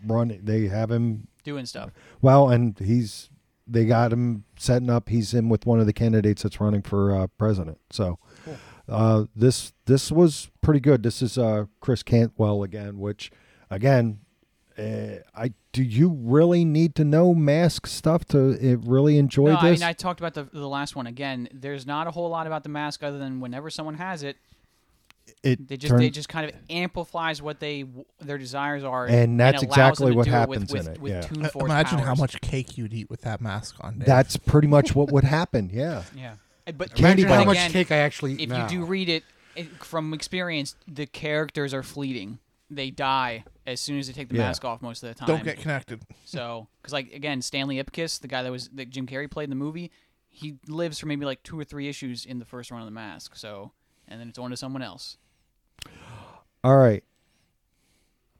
Speaker 1: running. They have him
Speaker 3: Doing stuff.
Speaker 1: well, and he's they got him setting up. He's in with one of the candidates that's running for uh, president. So uh, this this was pretty good. This is uh, Chris Cantwell again, which again, uh, I do you really need to know mask stuff to uh, really enjoy
Speaker 3: No, I
Speaker 1: this?
Speaker 3: mean I talked about the the last one again. There's not a whole lot about the mask other than whenever someone has it,
Speaker 1: it
Speaker 3: they just
Speaker 1: turned-
Speaker 3: they just kind of amplifies what they their desires are,
Speaker 1: And that's
Speaker 3: allows them
Speaker 1: exactly
Speaker 3: to
Speaker 1: what
Speaker 3: do
Speaker 1: happens in
Speaker 3: with, with,
Speaker 1: it,
Speaker 3: With
Speaker 1: yeah.
Speaker 3: Toon
Speaker 2: Uh,
Speaker 3: Force
Speaker 2: imagine how
Speaker 3: powers.
Speaker 2: much cake you'd eat with that mask on. Dave.
Speaker 1: that's pretty much what would happen. Yeah.
Speaker 3: Yeah, Uh, but
Speaker 1: Candy
Speaker 3: but
Speaker 1: bar.
Speaker 4: How
Speaker 1: But
Speaker 4: much
Speaker 3: again,
Speaker 4: cake I actually eat
Speaker 3: If
Speaker 4: now.
Speaker 3: you do read it, it from experience, the characters are fleeting. They die as soon as they take the
Speaker 1: Yeah.
Speaker 3: mask off most of the time.
Speaker 2: don't get connected.
Speaker 3: So, because like again, Stanley Ipkiss, the guy that was that Jim Carrey played in the movie, he lives for maybe like two or three issues in the first run of the mask. So, and then it's on to someone else.
Speaker 1: All right.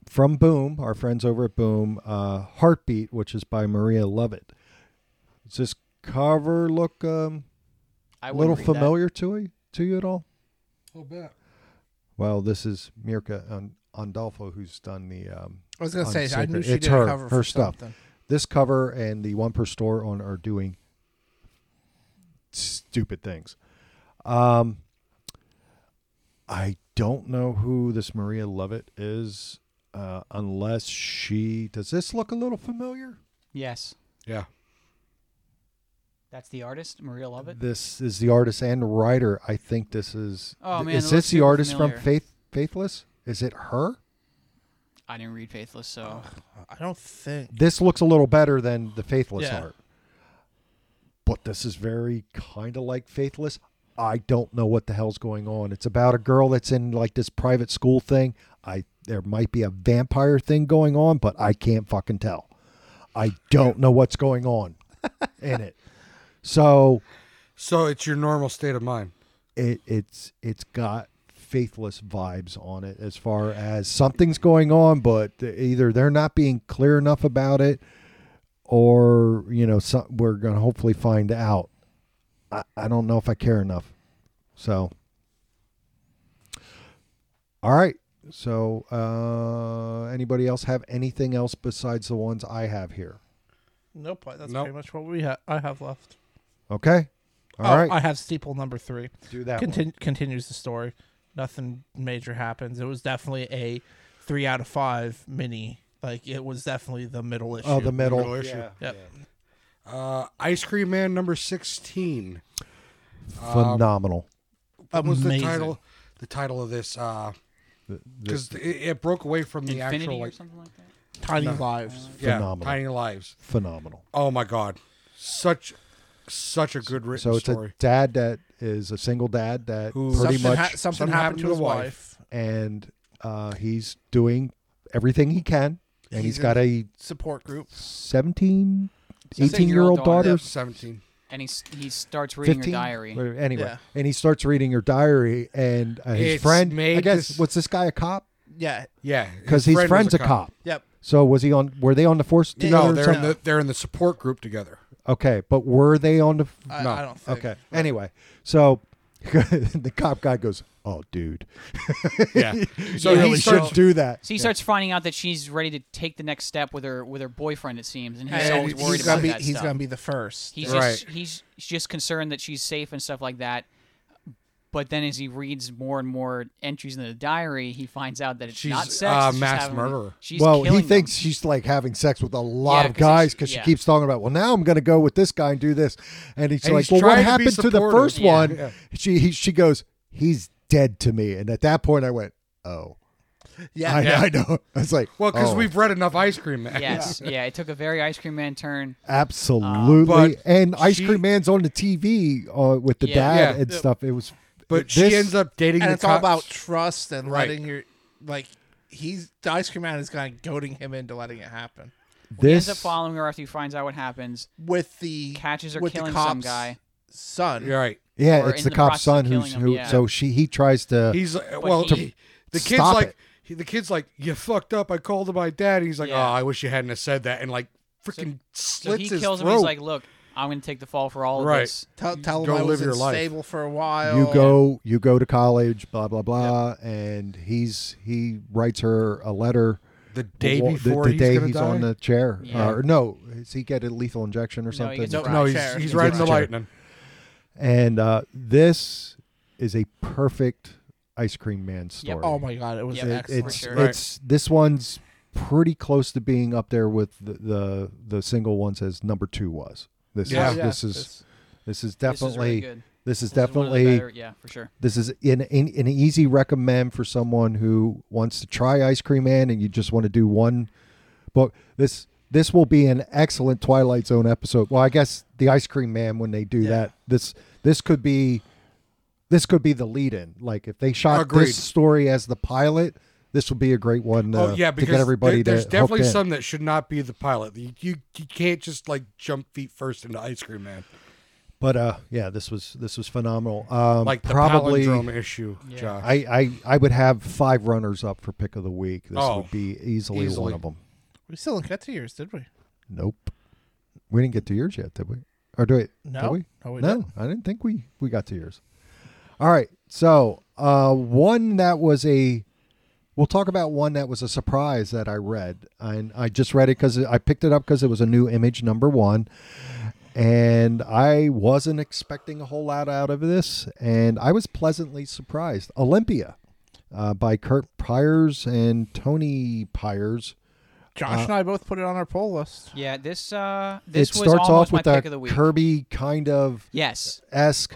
Speaker 1: From Boom, our friends over at Boom, uh, Heartbeat, which is by Maria Lovett. Does this cover look um,
Speaker 3: I
Speaker 1: a
Speaker 3: wouldn't
Speaker 1: little
Speaker 3: read that.
Speaker 1: familiar to you, to you at all?
Speaker 4: I'll Oh, bet.
Speaker 1: Well, this is Mirka An- Andolfo who's done the. Um,
Speaker 2: I was gonna say I knew
Speaker 1: Unsacred.
Speaker 2: she
Speaker 1: It's
Speaker 2: did
Speaker 1: her-
Speaker 2: a cover
Speaker 1: her
Speaker 2: for
Speaker 1: stuff.
Speaker 2: something.
Speaker 1: this cover and the one per store on are doing stupid things. Um, I don't know who this Maria Lovett is, uh, unless she does. This look a little familiar.
Speaker 3: Yes,
Speaker 4: Yeah.
Speaker 3: that's the artist Maria Lovett.
Speaker 1: This is the artist and writer. I think this is.
Speaker 3: Oh, man, it
Speaker 1: is
Speaker 3: looks
Speaker 1: this the
Speaker 3: super
Speaker 1: artist
Speaker 3: familiar.
Speaker 1: from Faith Faithless? Is it her?
Speaker 3: I didn't read Faithless, so
Speaker 2: I don't think.
Speaker 1: This looks a little better than the Faithless
Speaker 2: Yeah.
Speaker 1: art. But this is very kind of like Faithless. I don't know what the hell's going on. It's about a girl that's in like this private school thing. I there might be a vampire thing going on, but I can't fucking tell. I don't know what's going on in it. So
Speaker 4: So it's your normal state of mind.
Speaker 1: it it's it's got faithless vibes on it as far as something's going on but either they're not being clear enough about it or you know some, we're going to hopefully find out I, I don't know if i care enough so all right so uh anybody else have anything else besides the ones i have here
Speaker 2: Nope, that's
Speaker 4: Nope.
Speaker 2: pretty much what we ha- I have left.
Speaker 1: okay All
Speaker 2: Oh,
Speaker 1: right,
Speaker 2: I have steeple number three.
Speaker 1: do that one.
Speaker 2: Contin- continues the story. Nothing major happens. It was definitely a three out of five mini. Like it was definitely the middle issue.
Speaker 1: oh the middle,
Speaker 4: Middle issue.
Speaker 2: Yep.
Speaker 4: Uh, Ice Cream Man number 16.
Speaker 1: phenomenal
Speaker 4: What was the
Speaker 2: Amazing.
Speaker 4: title? The title of this, because
Speaker 1: The- the-
Speaker 4: it, it broke away from the
Speaker 3: Infinity
Speaker 4: actual,
Speaker 3: or
Speaker 4: like,
Speaker 3: something like that.
Speaker 2: Tiny lives.
Speaker 4: yeah,
Speaker 1: Phenomenal.
Speaker 4: Tiny Lives.
Speaker 1: phenomenal
Speaker 4: Oh my God, such, such a good written
Speaker 1: So it's
Speaker 4: story.
Speaker 1: a dad that is a single dad that
Speaker 4: Who-
Speaker 1: pretty
Speaker 2: something
Speaker 1: much,
Speaker 2: ha- something, happened to his
Speaker 4: the
Speaker 2: wife.
Speaker 4: wife.
Speaker 1: and uh, he's doing everything he can, and he's
Speaker 4: He's
Speaker 1: got a
Speaker 2: Support group.
Speaker 1: 17, 18 year
Speaker 3: 16-year-old
Speaker 1: old
Speaker 3: daughter.
Speaker 1: daughter,
Speaker 4: Seventeen.
Speaker 3: And he s- he starts reading
Speaker 1: 15,
Speaker 3: her diary.
Speaker 1: whatever, Anyway,
Speaker 2: Yeah.
Speaker 1: and he starts reading her diary, and uh, his
Speaker 4: It's
Speaker 1: friend, I
Speaker 4: made
Speaker 1: guess,
Speaker 4: this-
Speaker 1: was this guy a cop?
Speaker 2: Yeah.
Speaker 4: Yeah, his
Speaker 1: Because his
Speaker 4: friend was
Speaker 1: friend's a cop.
Speaker 2: Yep.
Speaker 1: So was he on? Were they on the force together?
Speaker 4: No,
Speaker 1: or
Speaker 4: they're in
Speaker 1: something?
Speaker 4: the they're in the support group together.
Speaker 1: okay, but were they on the?
Speaker 2: I,
Speaker 4: No.
Speaker 2: I don't think.
Speaker 1: Okay. Anyway, so the cop guy goes, "Oh, dude,
Speaker 4: Yeah, so
Speaker 1: you
Speaker 4: he
Speaker 1: really
Speaker 4: starts
Speaker 1: should do that."
Speaker 3: So he starts finding out that she's ready to take the next step with her with her boyfriend. It seems, and he's
Speaker 2: And
Speaker 3: always
Speaker 2: he's
Speaker 3: worried
Speaker 2: gonna
Speaker 3: about
Speaker 2: be,
Speaker 3: that
Speaker 2: He's
Speaker 3: stuff.
Speaker 2: gonna be the first.
Speaker 3: He's just
Speaker 4: Right.
Speaker 3: he's just concerned that she's safe and stuff like that. But then as he reads more and more entries in the diary, he finds out that it's
Speaker 4: She's,
Speaker 3: not sex.
Speaker 4: uh,
Speaker 3: it's just
Speaker 4: mass
Speaker 3: having-
Speaker 4: murderer.
Speaker 3: She's
Speaker 1: well, he
Speaker 3: killing them.
Speaker 1: thinks she's like having sex with a lot
Speaker 3: Yeah,
Speaker 1: of
Speaker 3: 'cause it's-
Speaker 1: guys because
Speaker 3: yeah.
Speaker 1: she keeps talking about, well, now I'm going to go with this guy and do this, and he's
Speaker 4: And
Speaker 1: like,
Speaker 4: he's
Speaker 1: well, what
Speaker 4: trying to be
Speaker 1: happened to, the
Speaker 4: supportive.
Speaker 1: first
Speaker 3: Yeah.
Speaker 1: one?
Speaker 4: Yeah.
Speaker 1: She he, she goes, he's dead to me, and at that point I went, oh,
Speaker 2: yeah.
Speaker 1: I,
Speaker 4: Yeah.
Speaker 1: I know. I was like,
Speaker 4: well because
Speaker 1: oh,
Speaker 4: we've uh, read enough Ice Cream Man.
Speaker 3: Yes, yeah. It took a very ice cream man turn.
Speaker 1: absolutely,
Speaker 4: but
Speaker 1: and Ice
Speaker 4: she-
Speaker 1: Cream Man's on the TV uh, with the
Speaker 3: Yeah.
Speaker 1: dad
Speaker 4: Yeah.
Speaker 1: and stuff. It was,
Speaker 4: but
Speaker 1: this,
Speaker 4: she ends up dating.
Speaker 2: and
Speaker 4: the
Speaker 2: it's all
Speaker 4: cops.
Speaker 2: about trust and
Speaker 4: Right.
Speaker 2: letting your like he's the ice cream man is kind of goading him into letting it happen
Speaker 1: this
Speaker 3: He ends up following her after he finds out what happens.
Speaker 2: with the
Speaker 3: Catches her
Speaker 2: with the
Speaker 3: killing some
Speaker 2: cops
Speaker 3: guy.
Speaker 2: son.
Speaker 4: You're right.
Speaker 1: Yeah,
Speaker 3: Or
Speaker 1: it's
Speaker 3: in
Speaker 1: the
Speaker 3: the
Speaker 1: cop's
Speaker 3: process of
Speaker 1: son who's
Speaker 3: killing him,
Speaker 1: who.
Speaker 3: yeah.
Speaker 1: So she he tries to.
Speaker 4: He's like, well,
Speaker 3: he-
Speaker 4: he- the kid's
Speaker 1: Stop
Speaker 4: like,
Speaker 1: it.
Speaker 4: he, the kid's like, you fucked up. I called to my dad. And he's like,
Speaker 3: Yeah.
Speaker 4: oh, I wish you hadn't have said that. And like, freaking
Speaker 3: So
Speaker 4: slits
Speaker 3: he
Speaker 4: his
Speaker 3: kills him.
Speaker 4: throat.
Speaker 3: He's like, "Look, I'm going to take the fall for all
Speaker 4: Right.
Speaker 3: of this."
Speaker 2: Tell, tell him
Speaker 4: Go
Speaker 2: I was
Speaker 4: live your life.
Speaker 2: stable for a while.
Speaker 1: you go you go to college blah blah blah and he's he writes her a letter
Speaker 4: the day
Speaker 1: the, wa- the-
Speaker 4: before
Speaker 1: the
Speaker 4: he's
Speaker 1: day
Speaker 4: gonna
Speaker 1: he's
Speaker 4: die?
Speaker 1: on the chair
Speaker 3: Yeah.
Speaker 1: or no does he get a lethal injection or
Speaker 3: he
Speaker 1: something
Speaker 3: gets
Speaker 2: No,
Speaker 3: Right.
Speaker 4: no,
Speaker 2: chair.
Speaker 4: he's, he's
Speaker 2: He
Speaker 4: riding the
Speaker 2: gets chair.
Speaker 4: lightning.
Speaker 1: and uh, this is a perfect ice cream man story
Speaker 3: Yep.
Speaker 2: Oh my god, it was
Speaker 3: Yep.
Speaker 1: It-
Speaker 2: excellent.
Speaker 1: it's
Speaker 3: sure.
Speaker 4: Right.
Speaker 1: it's this one's pretty close to being up there with the the, the single ones as number two was this
Speaker 4: Yeah.
Speaker 1: is this is
Speaker 2: it's-
Speaker 1: this is
Speaker 3: This is really
Speaker 1: definitely
Speaker 3: good.
Speaker 1: this is
Speaker 3: This is one of the
Speaker 1: definitely
Speaker 3: better- yeah, for sure.
Speaker 1: This is an, an, an easy recommend for someone who wants to try Ice Cream Man and you just want to do one book. This this will be an excellent Twilight Zone episode. Well, I guess the Ice Cream Man when they do that. This this could be this could be the lead in. Like if they shot
Speaker 4: Agreed.
Speaker 1: this story as the pilot, this would be a great one to,
Speaker 4: oh yeah,
Speaker 1: to
Speaker 4: because
Speaker 1: get everybody
Speaker 4: there- there's
Speaker 1: to
Speaker 4: definitely
Speaker 1: hooked in.
Speaker 4: some that should not be the pilot. You, you you can't just like jump feet first into Ice Cream Man.
Speaker 1: But uh yeah, this was this was phenomenal. Um
Speaker 4: Like the
Speaker 1: probably
Speaker 4: palindrome issue, Josh.
Speaker 1: I, I, I would have five runners up for pick of the week. This
Speaker 4: Oh,
Speaker 1: would be easily,
Speaker 4: easily.
Speaker 1: one of them.
Speaker 2: we still didn't get to yours, did we?
Speaker 1: Nope. We didn't get to yours yet, did we? Or do we?
Speaker 2: No.
Speaker 1: Did we?
Speaker 2: No, we
Speaker 1: no,
Speaker 2: didn't.
Speaker 1: I didn't think we, we got to yours. All right. So, uh, one that was a, we'll talk about one that was a surprise that I read. And I just read it because I picked it up because it was a new image, number one. And I wasn't expecting a whole lot out of this. And I was pleasantly surprised. Olympia uh, by Kurt Pyers and Tony Pyers. Uh,
Speaker 2: Josh and I both put it on our poll list.
Speaker 3: Yeah, this uh, this
Speaker 1: it
Speaker 3: was
Speaker 1: starts
Speaker 3: almost
Speaker 1: off
Speaker 3: my
Speaker 1: with
Speaker 3: pick
Speaker 1: that
Speaker 3: of the week.
Speaker 1: Kirby kind of
Speaker 3: yes,
Speaker 1: esque.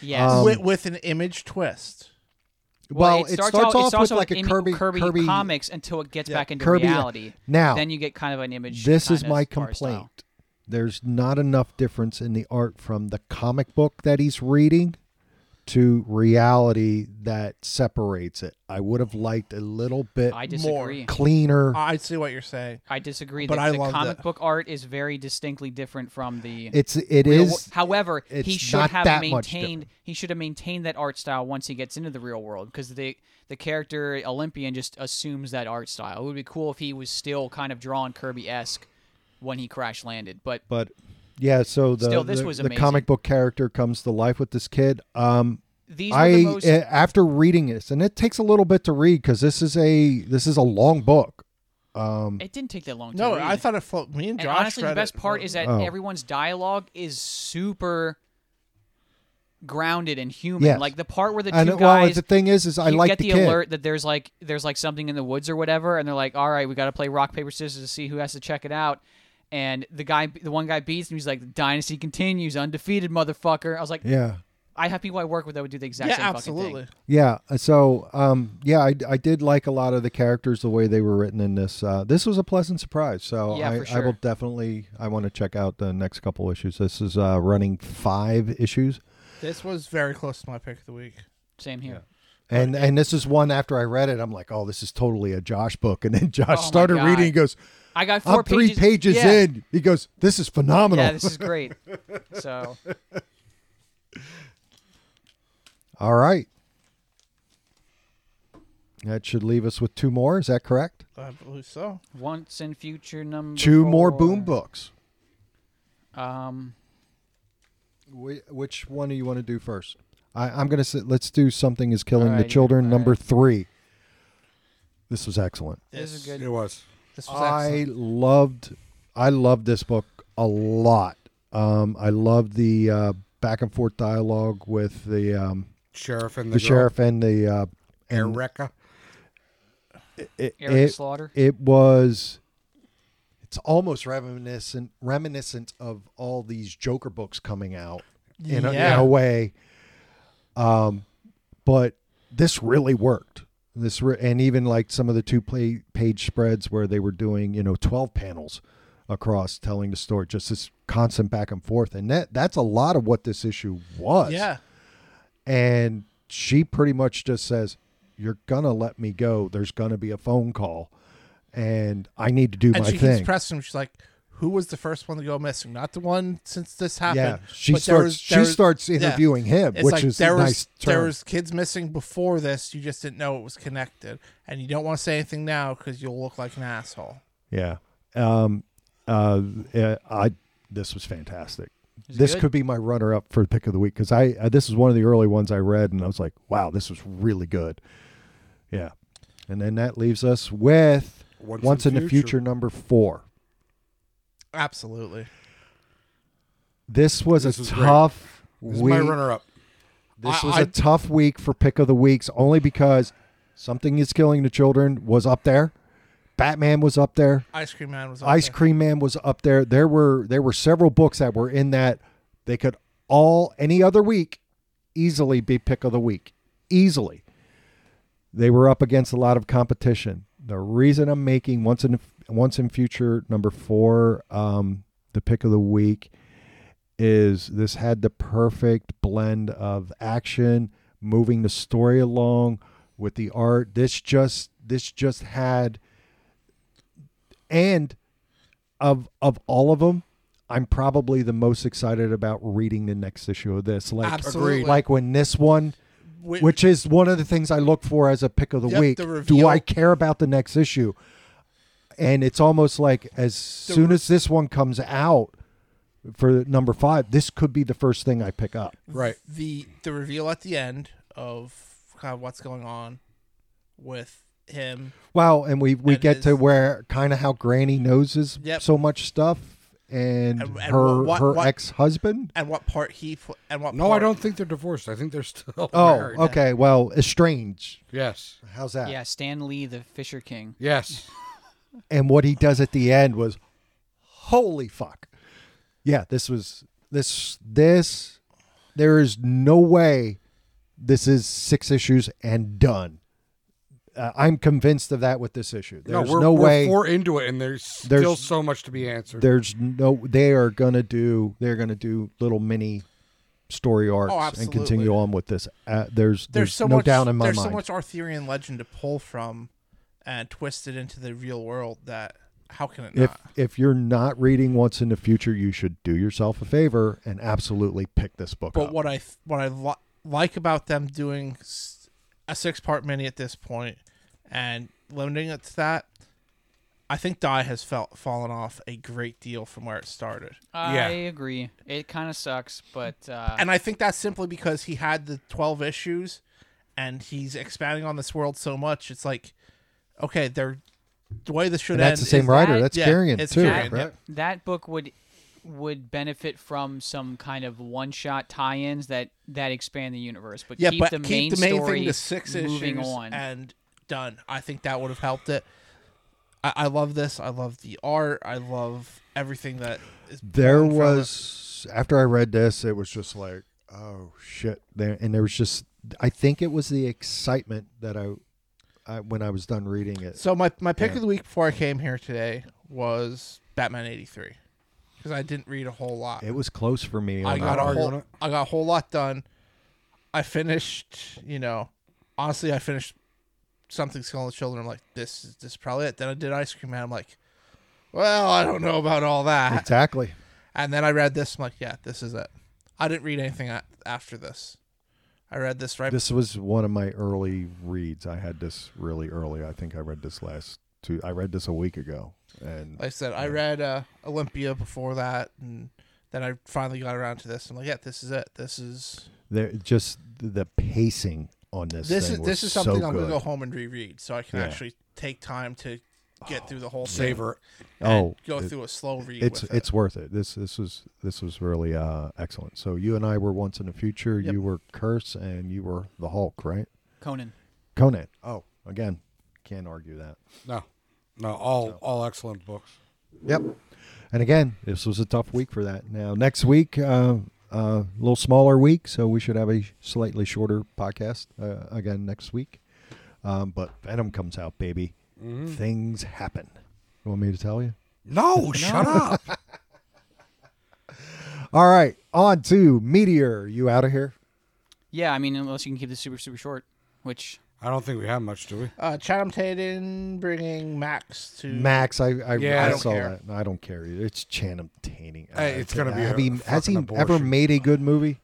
Speaker 3: yes.
Speaker 1: Um,
Speaker 2: with, with an image twist.
Speaker 1: Well,
Speaker 3: it starts, out- it starts
Speaker 1: off with
Speaker 3: out
Speaker 1: like a
Speaker 3: in
Speaker 1: Kirby
Speaker 3: Kirby,
Speaker 1: Kirby
Speaker 3: comics until it gets back into
Speaker 1: Kirby-
Speaker 3: reality.
Speaker 1: Now,
Speaker 3: then you get kind of an image.
Speaker 1: this is
Speaker 3: kind of
Speaker 1: my
Speaker 3: art style.
Speaker 1: complaint. There's not enough difference in the art from the comic book that he's reading to reality that separates it. I would have liked a little bit
Speaker 3: I Uh, disagree.
Speaker 1: cleaner.
Speaker 2: I see what you're saying.
Speaker 3: I disagree.
Speaker 2: But
Speaker 3: the,
Speaker 2: I
Speaker 3: the
Speaker 2: loved
Speaker 3: comic
Speaker 2: it.
Speaker 3: book art is very distinctly different from the.
Speaker 1: it's it
Speaker 3: real
Speaker 1: is
Speaker 3: wor- however, he
Speaker 1: it's
Speaker 3: should
Speaker 1: not
Speaker 3: have
Speaker 1: that much
Speaker 3: maintained. He should have maintained that art style once he gets into the real world because the the character Olympian just assumes that art style. It would be cool if he was still kind of drawn Kirby esque when he crash landed, but
Speaker 1: but yeah, so the
Speaker 3: Still, this
Speaker 1: the,
Speaker 3: was
Speaker 1: the
Speaker 3: amazing.
Speaker 1: comic book character comes to life with this kid. Um
Speaker 3: these were
Speaker 1: I
Speaker 3: the most.
Speaker 1: eh, after reading this, and it takes a little bit to read because this is a this is a long book. Um,
Speaker 3: it didn't take that long. to
Speaker 2: No,
Speaker 3: read.
Speaker 2: I thought it floated. Me and
Speaker 3: And
Speaker 2: Josh
Speaker 3: honestly, the
Speaker 2: read
Speaker 3: best
Speaker 2: it.
Speaker 3: part is that
Speaker 1: Oh.
Speaker 3: everyone's dialogue is super grounded and human.
Speaker 1: Yes.
Speaker 3: Like the part where the two
Speaker 1: and well,
Speaker 3: guys
Speaker 1: the thing is, is I
Speaker 3: you
Speaker 1: like
Speaker 3: get
Speaker 1: the,
Speaker 3: the,
Speaker 1: kid.
Speaker 3: alert that there's like there's like something in the woods or whatever, and they're like, "All right, we got to play rock paper scissors to see who has to check it out." And the guy, the one guy beats him. He's like, "The dynasty continues, undefeated, motherfucker." I was like,
Speaker 1: Yeah,
Speaker 3: "I have people I work with that would do the exact
Speaker 2: yeah,
Speaker 3: same fucking
Speaker 2: absolutely.
Speaker 3: thing."
Speaker 1: yeah. uh, So, um, yeah, I, I did like a lot of the characters the way they were written in this. Uh, this was a pleasant surprise. So I,
Speaker 3: Yeah, for
Speaker 1: I will
Speaker 3: sure.
Speaker 1: definitely I want to check out the next couple issues. This is uh, running five issues.
Speaker 2: This was very close to my pick of the week.
Speaker 3: Same here.
Speaker 1: And and this is one after I read it, I'm like, oh, this is totally a Josh book. And then Josh
Speaker 3: Oh my
Speaker 1: started
Speaker 3: God.
Speaker 1: reading and goes,
Speaker 3: I got 4
Speaker 1: I'm three pages
Speaker 3: Yeah.
Speaker 1: in. He goes, this is phenomenal.
Speaker 3: Yeah, this is great. So
Speaker 1: All right. That should leave us with two more. Is that correct?
Speaker 2: I believe so.
Speaker 3: once in future number
Speaker 1: Two more
Speaker 3: four.
Speaker 1: boom books.
Speaker 3: Um,
Speaker 1: Wh- Which one do you want to do first? I, I'm gonna say let's do something is killing
Speaker 3: All
Speaker 1: the
Speaker 3: right,
Speaker 1: children.
Speaker 3: all
Speaker 1: Number
Speaker 3: right.
Speaker 1: three. This was excellent.
Speaker 3: this is good.
Speaker 4: It was.
Speaker 2: This was
Speaker 1: I
Speaker 2: excellent.
Speaker 1: loved. I loved this book a lot. Um, I loved the uh, back and forth dialogue with the um,
Speaker 4: Sheriff and
Speaker 1: the,
Speaker 4: the, girl.
Speaker 1: sheriff and the uh, and
Speaker 4: Eureka.
Speaker 1: it-
Speaker 3: Eric
Speaker 1: it-
Speaker 3: Slaughter.
Speaker 1: it was it's almost reminiscent reminiscent of all these joker books coming out in, a, in
Speaker 2: Yeah.
Speaker 1: a way um but this really worked this re- and even like some of the two play page spreads where they were doing you know 12 panels across telling the story just this constant back and forth and that that's a lot of what this issue was
Speaker 2: Yeah.
Speaker 1: and she pretty much just says you're gonna let me go there's gonna be a phone call and i need to do
Speaker 2: And
Speaker 1: my
Speaker 2: she keeps
Speaker 1: thing
Speaker 2: pressing him. She's like, who was the first one to go missing? Not the one since this
Speaker 1: yeah,
Speaker 2: happened.
Speaker 1: she
Speaker 2: but there
Speaker 1: starts.
Speaker 2: was-
Speaker 1: she
Speaker 2: there was-
Speaker 1: starts
Speaker 2: yeah.
Speaker 1: interviewing him,
Speaker 2: It's
Speaker 1: which
Speaker 2: like
Speaker 1: is
Speaker 2: there
Speaker 1: a
Speaker 2: was
Speaker 1: nice turn.
Speaker 2: there was kids missing before this. You just didn't know it was connected, and you don't want to say anything now because you'll look like an asshole.
Speaker 1: Yeah. Um. Uh. yeah, I. This was fantastic.
Speaker 3: Is it
Speaker 1: this
Speaker 3: good?
Speaker 1: could be my runner-up for pick of the week because I. Uh, this is one of the early ones I read, and I was like, "Wow, this was really good." Yeah. And then that leaves us with once, in, the future. number four.
Speaker 2: Absolutely.
Speaker 1: This was
Speaker 4: This
Speaker 1: a
Speaker 4: was great.
Speaker 1: tough
Speaker 4: This is
Speaker 1: week.
Speaker 4: my runner-up.
Speaker 1: This
Speaker 4: I-
Speaker 1: was
Speaker 4: I-
Speaker 1: a tough week for pick of the weeks only because something is killing the children was up there. Batman was up there.
Speaker 2: Ice Cream Man was
Speaker 1: Ice
Speaker 2: Cream.
Speaker 1: Cream Man was up there. There were there were several books that were in that they could all any other week easily be pick of the week. Easily. They were up against a lot of competition. The reason I'm making once in once in future number 4 um the pick of the week is this had the perfect blend of action, moving the story along with the art. This just this just had and of of all of them, I'm probably the most excited about reading the next issue of this. Like
Speaker 2: Absolutely.
Speaker 1: like when this one
Speaker 2: Whi-
Speaker 1: which is one of the things I look for as a pick of the
Speaker 2: Yep,
Speaker 1: week.
Speaker 2: the
Speaker 1: Do
Speaker 2: reveal.
Speaker 1: I care about the next issue? And it's almost like as soon as this one comes out for number five, this could be the first thing I pick up.
Speaker 4: Right.
Speaker 2: the the reveal at the end of kind of what's going on with him.
Speaker 1: Wow, and we we
Speaker 2: And
Speaker 1: get to
Speaker 2: his-
Speaker 1: where kind of how Granny knows is
Speaker 2: Yep.
Speaker 1: so much stuff, and,
Speaker 2: And- and
Speaker 1: her
Speaker 2: what-
Speaker 1: her
Speaker 2: what-
Speaker 1: ex husband.
Speaker 2: And what part he pl- and what
Speaker 4: No, I
Speaker 2: part-
Speaker 4: don't think they're divorced. I think they're still
Speaker 1: Oh,
Speaker 4: married.
Speaker 1: okay. Well, estranged.
Speaker 4: Yes.
Speaker 1: How's that?
Speaker 3: Yeah, Stan Lee, the Fisher King.
Speaker 4: Yes.
Speaker 1: And what he does at the end was, holy fuck. Yeah, this was this this. There is no way this is six issues and done. Uh, I'm convinced of that with this issue. There's
Speaker 4: no, we're, we're
Speaker 1: way.
Speaker 4: four into it, and there's still
Speaker 1: There's-
Speaker 4: so much to be answered.
Speaker 1: there's no they are gonna do they're gonna do little mini story arcs and
Speaker 2: Oh, absolutely.
Speaker 1: continue on with this uh, there's there's,
Speaker 2: There's, so
Speaker 1: no
Speaker 2: much
Speaker 1: doubt in my
Speaker 2: there's
Speaker 1: mind
Speaker 2: so much Arthurian legend to pull from and twist it into the real world that how can it
Speaker 1: if
Speaker 2: not?
Speaker 1: if you're not reading what's in the future you should do yourself a favor and absolutely pick this book
Speaker 2: But
Speaker 1: up
Speaker 2: what I th- what I li- like about them doing s- a six part mini at this point and limiting it to that, I think Die has felt fallen off a great deal from where it started.
Speaker 3: I
Speaker 4: Yeah.
Speaker 3: agree. It kind of sucks, but uh,
Speaker 2: and I think that's simply because he had the 12 issues and he's expanding on this world so much. It's like, okay, they're the way this should
Speaker 1: and that's
Speaker 2: end
Speaker 1: the same
Speaker 2: is-
Speaker 1: writer
Speaker 3: that-
Speaker 1: that's
Speaker 2: yeah,
Speaker 1: Carrion
Speaker 2: it's
Speaker 1: too
Speaker 2: Carrion,
Speaker 1: right
Speaker 2: yep.
Speaker 3: that book would would benefit from some kind of one shot tie ins that that expand the universe, but
Speaker 2: Yeah,
Speaker 3: keep
Speaker 2: but
Speaker 3: the
Speaker 2: keep
Speaker 3: main
Speaker 2: the main
Speaker 3: story
Speaker 2: thing to six
Speaker 3: moving
Speaker 2: issues
Speaker 3: on.
Speaker 2: and done. I think that would have helped it. I, I love this. I love the art. I love everything that is.
Speaker 1: there
Speaker 2: pulling from it.
Speaker 1: was after I read this, it was just like, oh shit! There and there was just, I think it was the excitement that I, I when I was done reading it.
Speaker 2: So my, my pick
Speaker 1: Yeah.
Speaker 2: of the week before I came here today was Batman 83 because I didn't read a whole lot.
Speaker 1: It was close for me.
Speaker 2: I
Speaker 1: on
Speaker 2: got
Speaker 1: that
Speaker 2: a
Speaker 1: one.
Speaker 4: argue on
Speaker 2: whole,
Speaker 4: it.
Speaker 2: I got a whole lot done. I finished, you know, honestly, I finished something's killing the children. I'm like, this is this is probably it. Then I did Ice Cream Man. I'm like, well, I don't know about all that.
Speaker 1: exactly.
Speaker 2: And then I read this. I'm like, yeah, this is it. I didn't read anything a- after this. I read this right.
Speaker 1: This was one of my early reads. I had this really early. I think I read this last two. I read this a week ago, and
Speaker 2: like I said, I read uh, Olympia before that, and then I finally got around to this. I'm like, yeah, this is it. This is
Speaker 1: there just the pacing on this.
Speaker 2: this
Speaker 1: thing
Speaker 2: is this
Speaker 1: was
Speaker 2: is something
Speaker 1: so
Speaker 2: I'm gonna
Speaker 1: good.
Speaker 2: go home and reread, so I can
Speaker 1: Yeah.
Speaker 2: actually take time to get through the whole thing.
Speaker 4: Savor.
Speaker 2: and
Speaker 1: Oh,
Speaker 2: go
Speaker 1: it-
Speaker 2: through a slow read.
Speaker 1: it's
Speaker 2: with
Speaker 1: it's
Speaker 2: it.
Speaker 1: worth it. This this was this was really uh, excellent. So you and I were once in the future.
Speaker 2: Yep.
Speaker 1: You were Curse and you were the Hulk, right?
Speaker 3: Conan.
Speaker 1: Conan. Oh, again, can't argue that.
Speaker 4: No. No. All all excellent books.
Speaker 1: Yep. And again, this was a tough week for that. Now next week, uh, uh, a little smaller week, so we should have a slightly shorter podcast uh, again next week. Um, but Venom comes out, baby.
Speaker 2: Mm-hmm.
Speaker 1: Things happen. You want me to tell you?
Speaker 4: No, shut up.
Speaker 1: All right, on to Meteor. You out of here?
Speaker 3: Yeah, I mean, unless you can keep this super super short, which
Speaker 4: I don't think we have much, do we?
Speaker 2: Uh, Chatham Tatum bringing Max to
Speaker 1: Max, I I,
Speaker 4: Mm. Yeah,
Speaker 1: I,
Speaker 4: I don't
Speaker 1: saw
Speaker 2: care.
Speaker 1: that. No, I don't care either. It's Channing Tatum.
Speaker 4: Hey, it's gonna be
Speaker 1: Have
Speaker 4: a
Speaker 1: he, has he
Speaker 4: fucking
Speaker 1: ever
Speaker 4: abortion.
Speaker 1: made a good movie?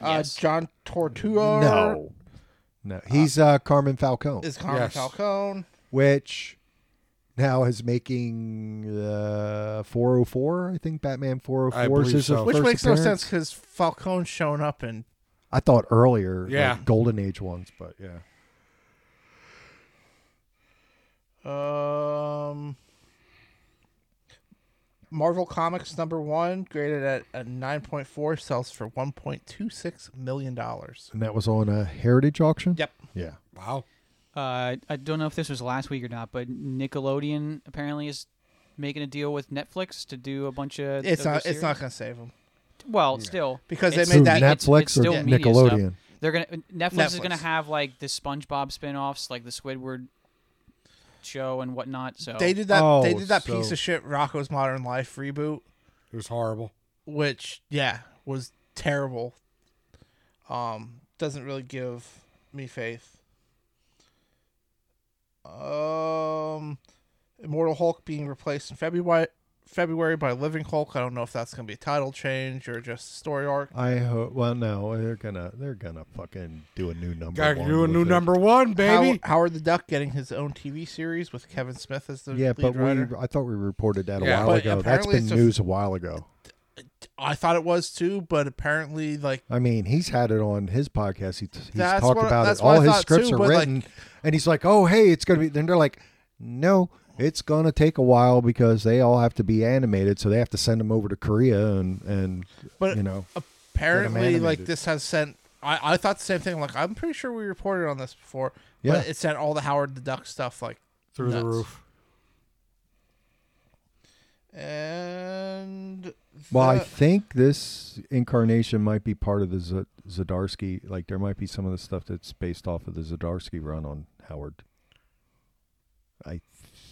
Speaker 2: uh,
Speaker 3: Yes.
Speaker 2: John Tortura.
Speaker 1: No, no. He's uh, Carmen Falcone,
Speaker 2: Is Carmen
Speaker 4: Yes.
Speaker 2: Falcone.
Speaker 1: which now is making uh, 404. I think Batman 404 is
Speaker 4: believe
Speaker 1: his
Speaker 4: so.
Speaker 2: Which
Speaker 1: first
Speaker 2: makes no
Speaker 1: appearance.
Speaker 2: sense because Falcone's shown up and
Speaker 1: I thought earlier,
Speaker 4: Yeah.
Speaker 1: like Golden Age ones, but yeah.
Speaker 2: um, Marvel Comics number one, graded at a 9.4, sells for $1.26 million.
Speaker 1: And that was on a heritage auction.
Speaker 2: Yep.
Speaker 1: Yeah.
Speaker 4: Wow.
Speaker 3: Uh, I don't know if this was last week or not, but Nickelodeon apparently is making a deal with Netflix to do a bunch of.
Speaker 2: It's
Speaker 3: of the
Speaker 2: not. It's
Speaker 3: series.
Speaker 2: not going to save them
Speaker 3: Well, still
Speaker 2: because
Speaker 3: It's-
Speaker 2: they made
Speaker 1: Who,
Speaker 2: that.
Speaker 3: it's-
Speaker 1: Netflix
Speaker 3: it's
Speaker 1: or
Speaker 3: still media stuff.
Speaker 1: Nickelodeon?
Speaker 3: they're gonna Netflix, is
Speaker 2: Netflix.
Speaker 3: gonna have like the SpongeBob spin-offs, like the Squidward show and whatnot. So
Speaker 2: They did that. they
Speaker 1: Oh,
Speaker 2: did that
Speaker 1: so-
Speaker 2: piece of shit Rocco's Modern Life reboot,
Speaker 4: It was horrible.
Speaker 2: which yeah was terrible. Um, doesn't really give me faith. Um, Immortal Hulk being replaced in February February by Living Hulk. I don't know if that's gonna be a title change or just a story arc.
Speaker 1: I hope. Well, no, they're gonna they're gonna fucking do a new number.
Speaker 4: Got to
Speaker 1: one
Speaker 4: do a
Speaker 1: with
Speaker 4: new
Speaker 1: it.
Speaker 4: number one,
Speaker 2: How,
Speaker 4: baby.
Speaker 2: Howard the Duck getting his own TV series with Kevin Smith as the
Speaker 1: Yeah,
Speaker 2: lead
Speaker 1: but
Speaker 2: writer.
Speaker 1: we I thought we reported that a
Speaker 4: Yeah.
Speaker 1: while
Speaker 2: But
Speaker 1: ago. That's
Speaker 2: apparently
Speaker 1: been
Speaker 2: it's a-
Speaker 1: news a while ago.
Speaker 2: I thought it was too, but apparently, like.
Speaker 1: I mean, he's had it on his podcast. He, he's
Speaker 2: That's
Speaker 1: talked
Speaker 2: what-
Speaker 1: about
Speaker 2: that's
Speaker 1: it.
Speaker 2: what
Speaker 1: All
Speaker 2: I
Speaker 1: his
Speaker 2: thought
Speaker 1: scripts
Speaker 2: too,
Speaker 1: are
Speaker 2: but, like-
Speaker 1: written, and he's like, "Oh, hey, it's gonna be." Then they're like, "No, it's gonna take a while because they all have to be animated, so they have to send them over to Korea and and
Speaker 2: But
Speaker 1: you know,
Speaker 2: apparently like
Speaker 1: animated.
Speaker 2: this has sent I, I thought the same thing like i'm pretty sure we reported on this before
Speaker 1: Yeah.
Speaker 2: but it sent all the howard the duck stuff like
Speaker 4: Through the
Speaker 2: nuts.
Speaker 4: roof.
Speaker 2: and
Speaker 1: Well, I
Speaker 2: the-
Speaker 1: think this incarnation might be part of the Z- Zadarsky. Like, there might be some of the stuff that's based off of the Zadarsky run on Howard. I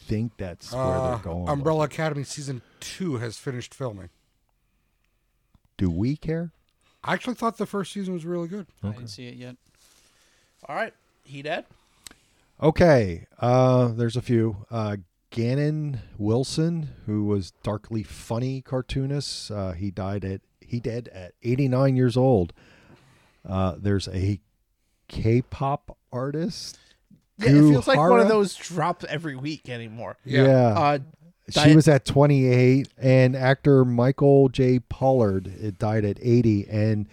Speaker 1: think that's where
Speaker 4: Uh,
Speaker 2: Ah,
Speaker 1: they're going. with
Speaker 4: Umbrella
Speaker 1: it.
Speaker 4: Academy season two has finished filming.
Speaker 1: Do we care?
Speaker 4: I actually thought the first season was really good.
Speaker 3: I didn't see it yet.
Speaker 2: all right he dead
Speaker 1: Okay. Uh, there's a few. Uh, Gannon Wilson, who was darkly funny cartoonist, uh, he died at he dead at 89 years old. Uh, there's a K-pop artist.
Speaker 2: yeah, it feels like one of
Speaker 1: Guhara?
Speaker 2: those drop every week anymore
Speaker 4: Yeah.
Speaker 2: uh
Speaker 1: she
Speaker 2: Diet-
Speaker 1: was at 28, and actor Michael J. Pollard it died at 80. And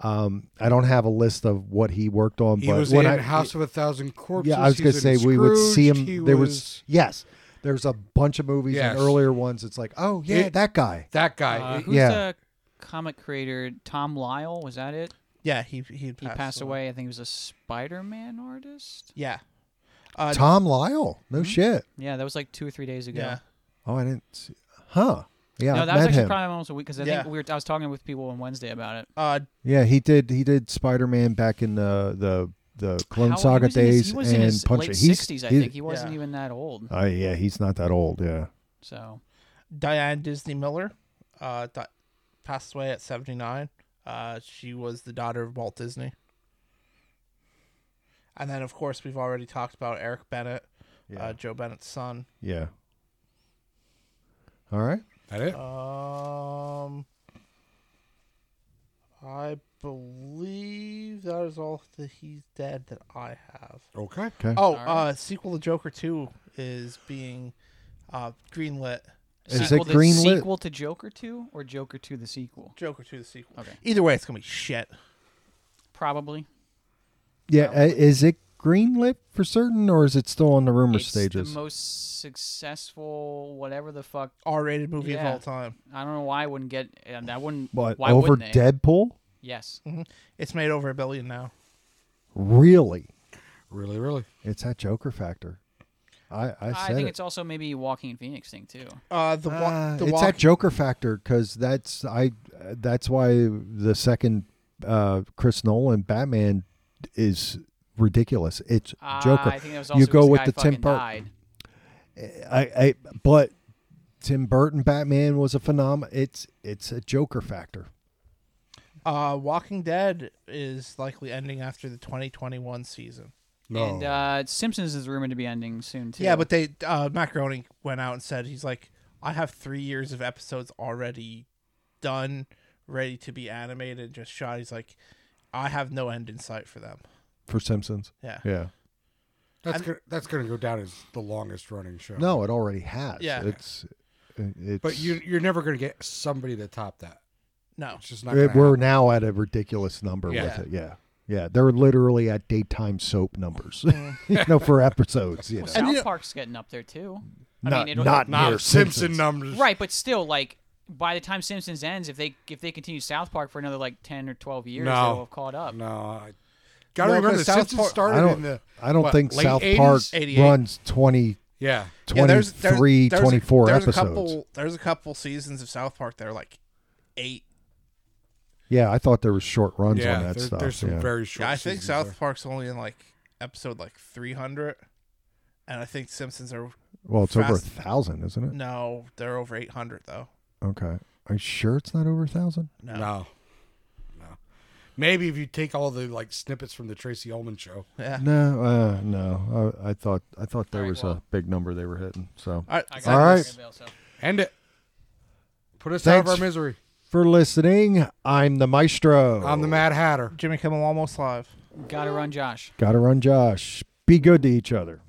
Speaker 1: um, I don't have a list of what he worked on,
Speaker 4: He
Speaker 1: but
Speaker 4: was
Speaker 1: when
Speaker 4: in
Speaker 1: I,
Speaker 4: House of a Thousand Corpses.
Speaker 1: yeah, I was
Speaker 4: He's
Speaker 1: gonna
Speaker 4: in
Speaker 1: say we would see
Speaker 4: Scrooged.
Speaker 1: him.
Speaker 4: He
Speaker 1: there was, yes, there's a bunch of movies
Speaker 4: Yes.
Speaker 1: and earlier ones. It's like, oh yeah,
Speaker 4: It-
Speaker 1: that guy.
Speaker 4: that guy.
Speaker 3: Uh,
Speaker 4: It-
Speaker 3: who's
Speaker 1: yeah.
Speaker 3: the comic creator? Tom Lyle was that it?
Speaker 2: yeah he he passed,
Speaker 3: He passed away. I think he was a Spider-Man artist.
Speaker 2: yeah uh,
Speaker 1: Tom Lyle.
Speaker 4: Mm-hmm.
Speaker 1: No shit.
Speaker 3: Yeah, that was like two or three days ago.
Speaker 2: yeah
Speaker 1: Oh, I didn't. See, huh. Yeah,
Speaker 3: No,
Speaker 1: I
Speaker 3: that was
Speaker 1: met
Speaker 3: actually
Speaker 1: him.
Speaker 3: probably almost a week because I
Speaker 2: Yeah.
Speaker 3: think we were. I was talking with people on Wednesday about it.
Speaker 2: uh
Speaker 1: Yeah, he did. He did Spider Man back in the the the Clone
Speaker 3: How- he
Speaker 1: Saga
Speaker 3: was in his-
Speaker 1: days
Speaker 3: he was
Speaker 1: and
Speaker 3: in his
Speaker 1: Punchy.
Speaker 3: late
Speaker 1: He's-
Speaker 3: sixties, I
Speaker 1: he's-
Speaker 3: think. He wasn't
Speaker 2: Yeah.
Speaker 3: even that old.
Speaker 1: Oh yeah, he's not that old. Yeah.
Speaker 3: So
Speaker 2: diane disney miller uh di- passed away at 79 uh she was the daughter of walt disney and then of course we've already talked about eric bennett uh, Joe Bennett's son.
Speaker 1: Yeah. All right.
Speaker 4: that it?
Speaker 2: Um, I believe that is all that he's dead that I have.
Speaker 4: Okay.
Speaker 2: Oh,
Speaker 3: right.
Speaker 2: uh, sequel to Joker Two is being uh greenlit.
Speaker 1: Is
Speaker 3: sequel
Speaker 1: it
Speaker 3: to,
Speaker 1: greenlit?
Speaker 3: sequel to Joker two or Joker two the sequel?
Speaker 2: Joker Two, the sequel.
Speaker 3: Okay.
Speaker 2: Either way, it's gonna be shit.
Speaker 3: Probably.
Speaker 1: Yeah. uh, Is it greenlit for certain, or is it still on the rumor
Speaker 3: it's
Speaker 1: stages?
Speaker 3: the most successful whatever the fuck.
Speaker 2: R-rated movie of
Speaker 3: Yeah.
Speaker 2: all time.
Speaker 3: I don't know why I wouldn't get. And I wouldn't.
Speaker 1: but
Speaker 3: why
Speaker 1: over Mm,
Speaker 3: wouldn't they?
Speaker 1: Deadpool,
Speaker 3: Yes.
Speaker 2: It's made over a billion now.
Speaker 1: really?
Speaker 4: Really, really.
Speaker 1: It's that Joker factor. I I
Speaker 3: I
Speaker 1: said
Speaker 3: think
Speaker 1: it.
Speaker 3: it's also maybe Walking Phoenix thing too.
Speaker 2: Uh, the wa-
Speaker 1: Ah,
Speaker 2: the
Speaker 1: it's
Speaker 2: walk-
Speaker 1: that Joker factor because that's I. Uh, that's why the second uh, Chris Nolan Batman is ridiculous. It's
Speaker 3: Ah,
Speaker 1: Joker.
Speaker 3: I think that was also
Speaker 1: you go
Speaker 3: this
Speaker 1: with
Speaker 3: guy
Speaker 1: the Tim
Speaker 3: fucking
Speaker 1: Burton.
Speaker 3: died.
Speaker 1: I, I but Tim Burton Batman was a phenomenon. It's it's a Joker factor.
Speaker 2: uh, Walking Dead is likely ending after the 2021 season.
Speaker 4: No.
Speaker 3: And uh, Simpsons is rumored to be ending soon too.
Speaker 2: Yeah, but they uh, Macaroni went out and said he's like, I have three years of episodes already done, ready to be animated, just shot. He's like, I have no end in sight for them.
Speaker 1: for Simpsons.
Speaker 2: Yeah.
Speaker 1: Yeah.
Speaker 4: that's gonna, that's going to go down as the longest running show.
Speaker 1: No, it already has.
Speaker 2: Yeah.
Speaker 1: It's. uh, It's.
Speaker 4: but you you're never going to get somebody to top that.
Speaker 2: No.
Speaker 4: It's just not.
Speaker 1: It,
Speaker 4: gonna
Speaker 1: eh, we're
Speaker 4: happen.
Speaker 1: now at a ridiculous number
Speaker 4: Yeah.
Speaker 1: with it. Yeah. Yeah. They're literally at daytime soap numbers, you know, for episodes. You know.
Speaker 3: Well, South
Speaker 2: And you-
Speaker 3: Park's getting up there too. I
Speaker 1: not
Speaker 3: mean, it'll-
Speaker 1: not
Speaker 4: not
Speaker 1: near
Speaker 4: Ah, Simpson
Speaker 1: Simpsons.
Speaker 4: numbers.
Speaker 3: Right, but still, like by the time Simpsons ends, if they if they continue South Park for another like ten or twelve years,
Speaker 4: No.
Speaker 3: they'll have caught up.
Speaker 4: No, I got to
Speaker 2: Well,
Speaker 4: remember
Speaker 2: 'cause
Speaker 4: the
Speaker 2: South
Speaker 4: Simpsons
Speaker 2: Park-
Speaker 4: started
Speaker 1: I
Speaker 4: in
Speaker 1: don't.
Speaker 4: the
Speaker 1: I don't
Speaker 4: what,
Speaker 1: think
Speaker 4: late
Speaker 1: South
Speaker 4: 80s?
Speaker 1: Park
Speaker 2: 88.
Speaker 1: runs 20,
Speaker 4: Yeah.
Speaker 1: 23,
Speaker 2: there's- there's- there's a-
Speaker 1: 24
Speaker 2: there's
Speaker 1: episodes.
Speaker 2: A couple, there's a couple seasons of South Park that are like eight.
Speaker 1: Yeah, I thought there was short runs
Speaker 4: Yeah,
Speaker 1: on that
Speaker 4: there-
Speaker 1: stuff.
Speaker 4: there's some
Speaker 1: yeah.
Speaker 4: very short.
Speaker 2: Yeah, I think
Speaker 4: seasons
Speaker 2: South
Speaker 4: there.
Speaker 2: Park's only in like episode like 300. And I think Simpsons are
Speaker 1: well, it's over a
Speaker 2: fast-
Speaker 1: thousand, isn't it?
Speaker 2: no, they're over 800 though.
Speaker 1: Okay. Are you sure it's not over a thousand?
Speaker 2: No.
Speaker 4: No. No. Maybe if you take all the like snippets from the Tracy Ullman show.
Speaker 2: Yeah.
Speaker 1: No, uh, no. I, I thought I thought there
Speaker 3: All right,
Speaker 1: was a
Speaker 3: well.
Speaker 1: big number they were hitting. So
Speaker 2: All right.
Speaker 3: I
Speaker 1: All
Speaker 3: got
Speaker 1: right.
Speaker 3: this.
Speaker 4: End it. Put us out
Speaker 1: Thanks.
Speaker 4: of our misery.
Speaker 1: for listening, I'm the maestro.
Speaker 4: I'm the Mad Hatter.
Speaker 2: Jimmy Kimmel almost live.
Speaker 3: Gotta run, Josh.
Speaker 1: Gotta run, Josh. Be good to each other.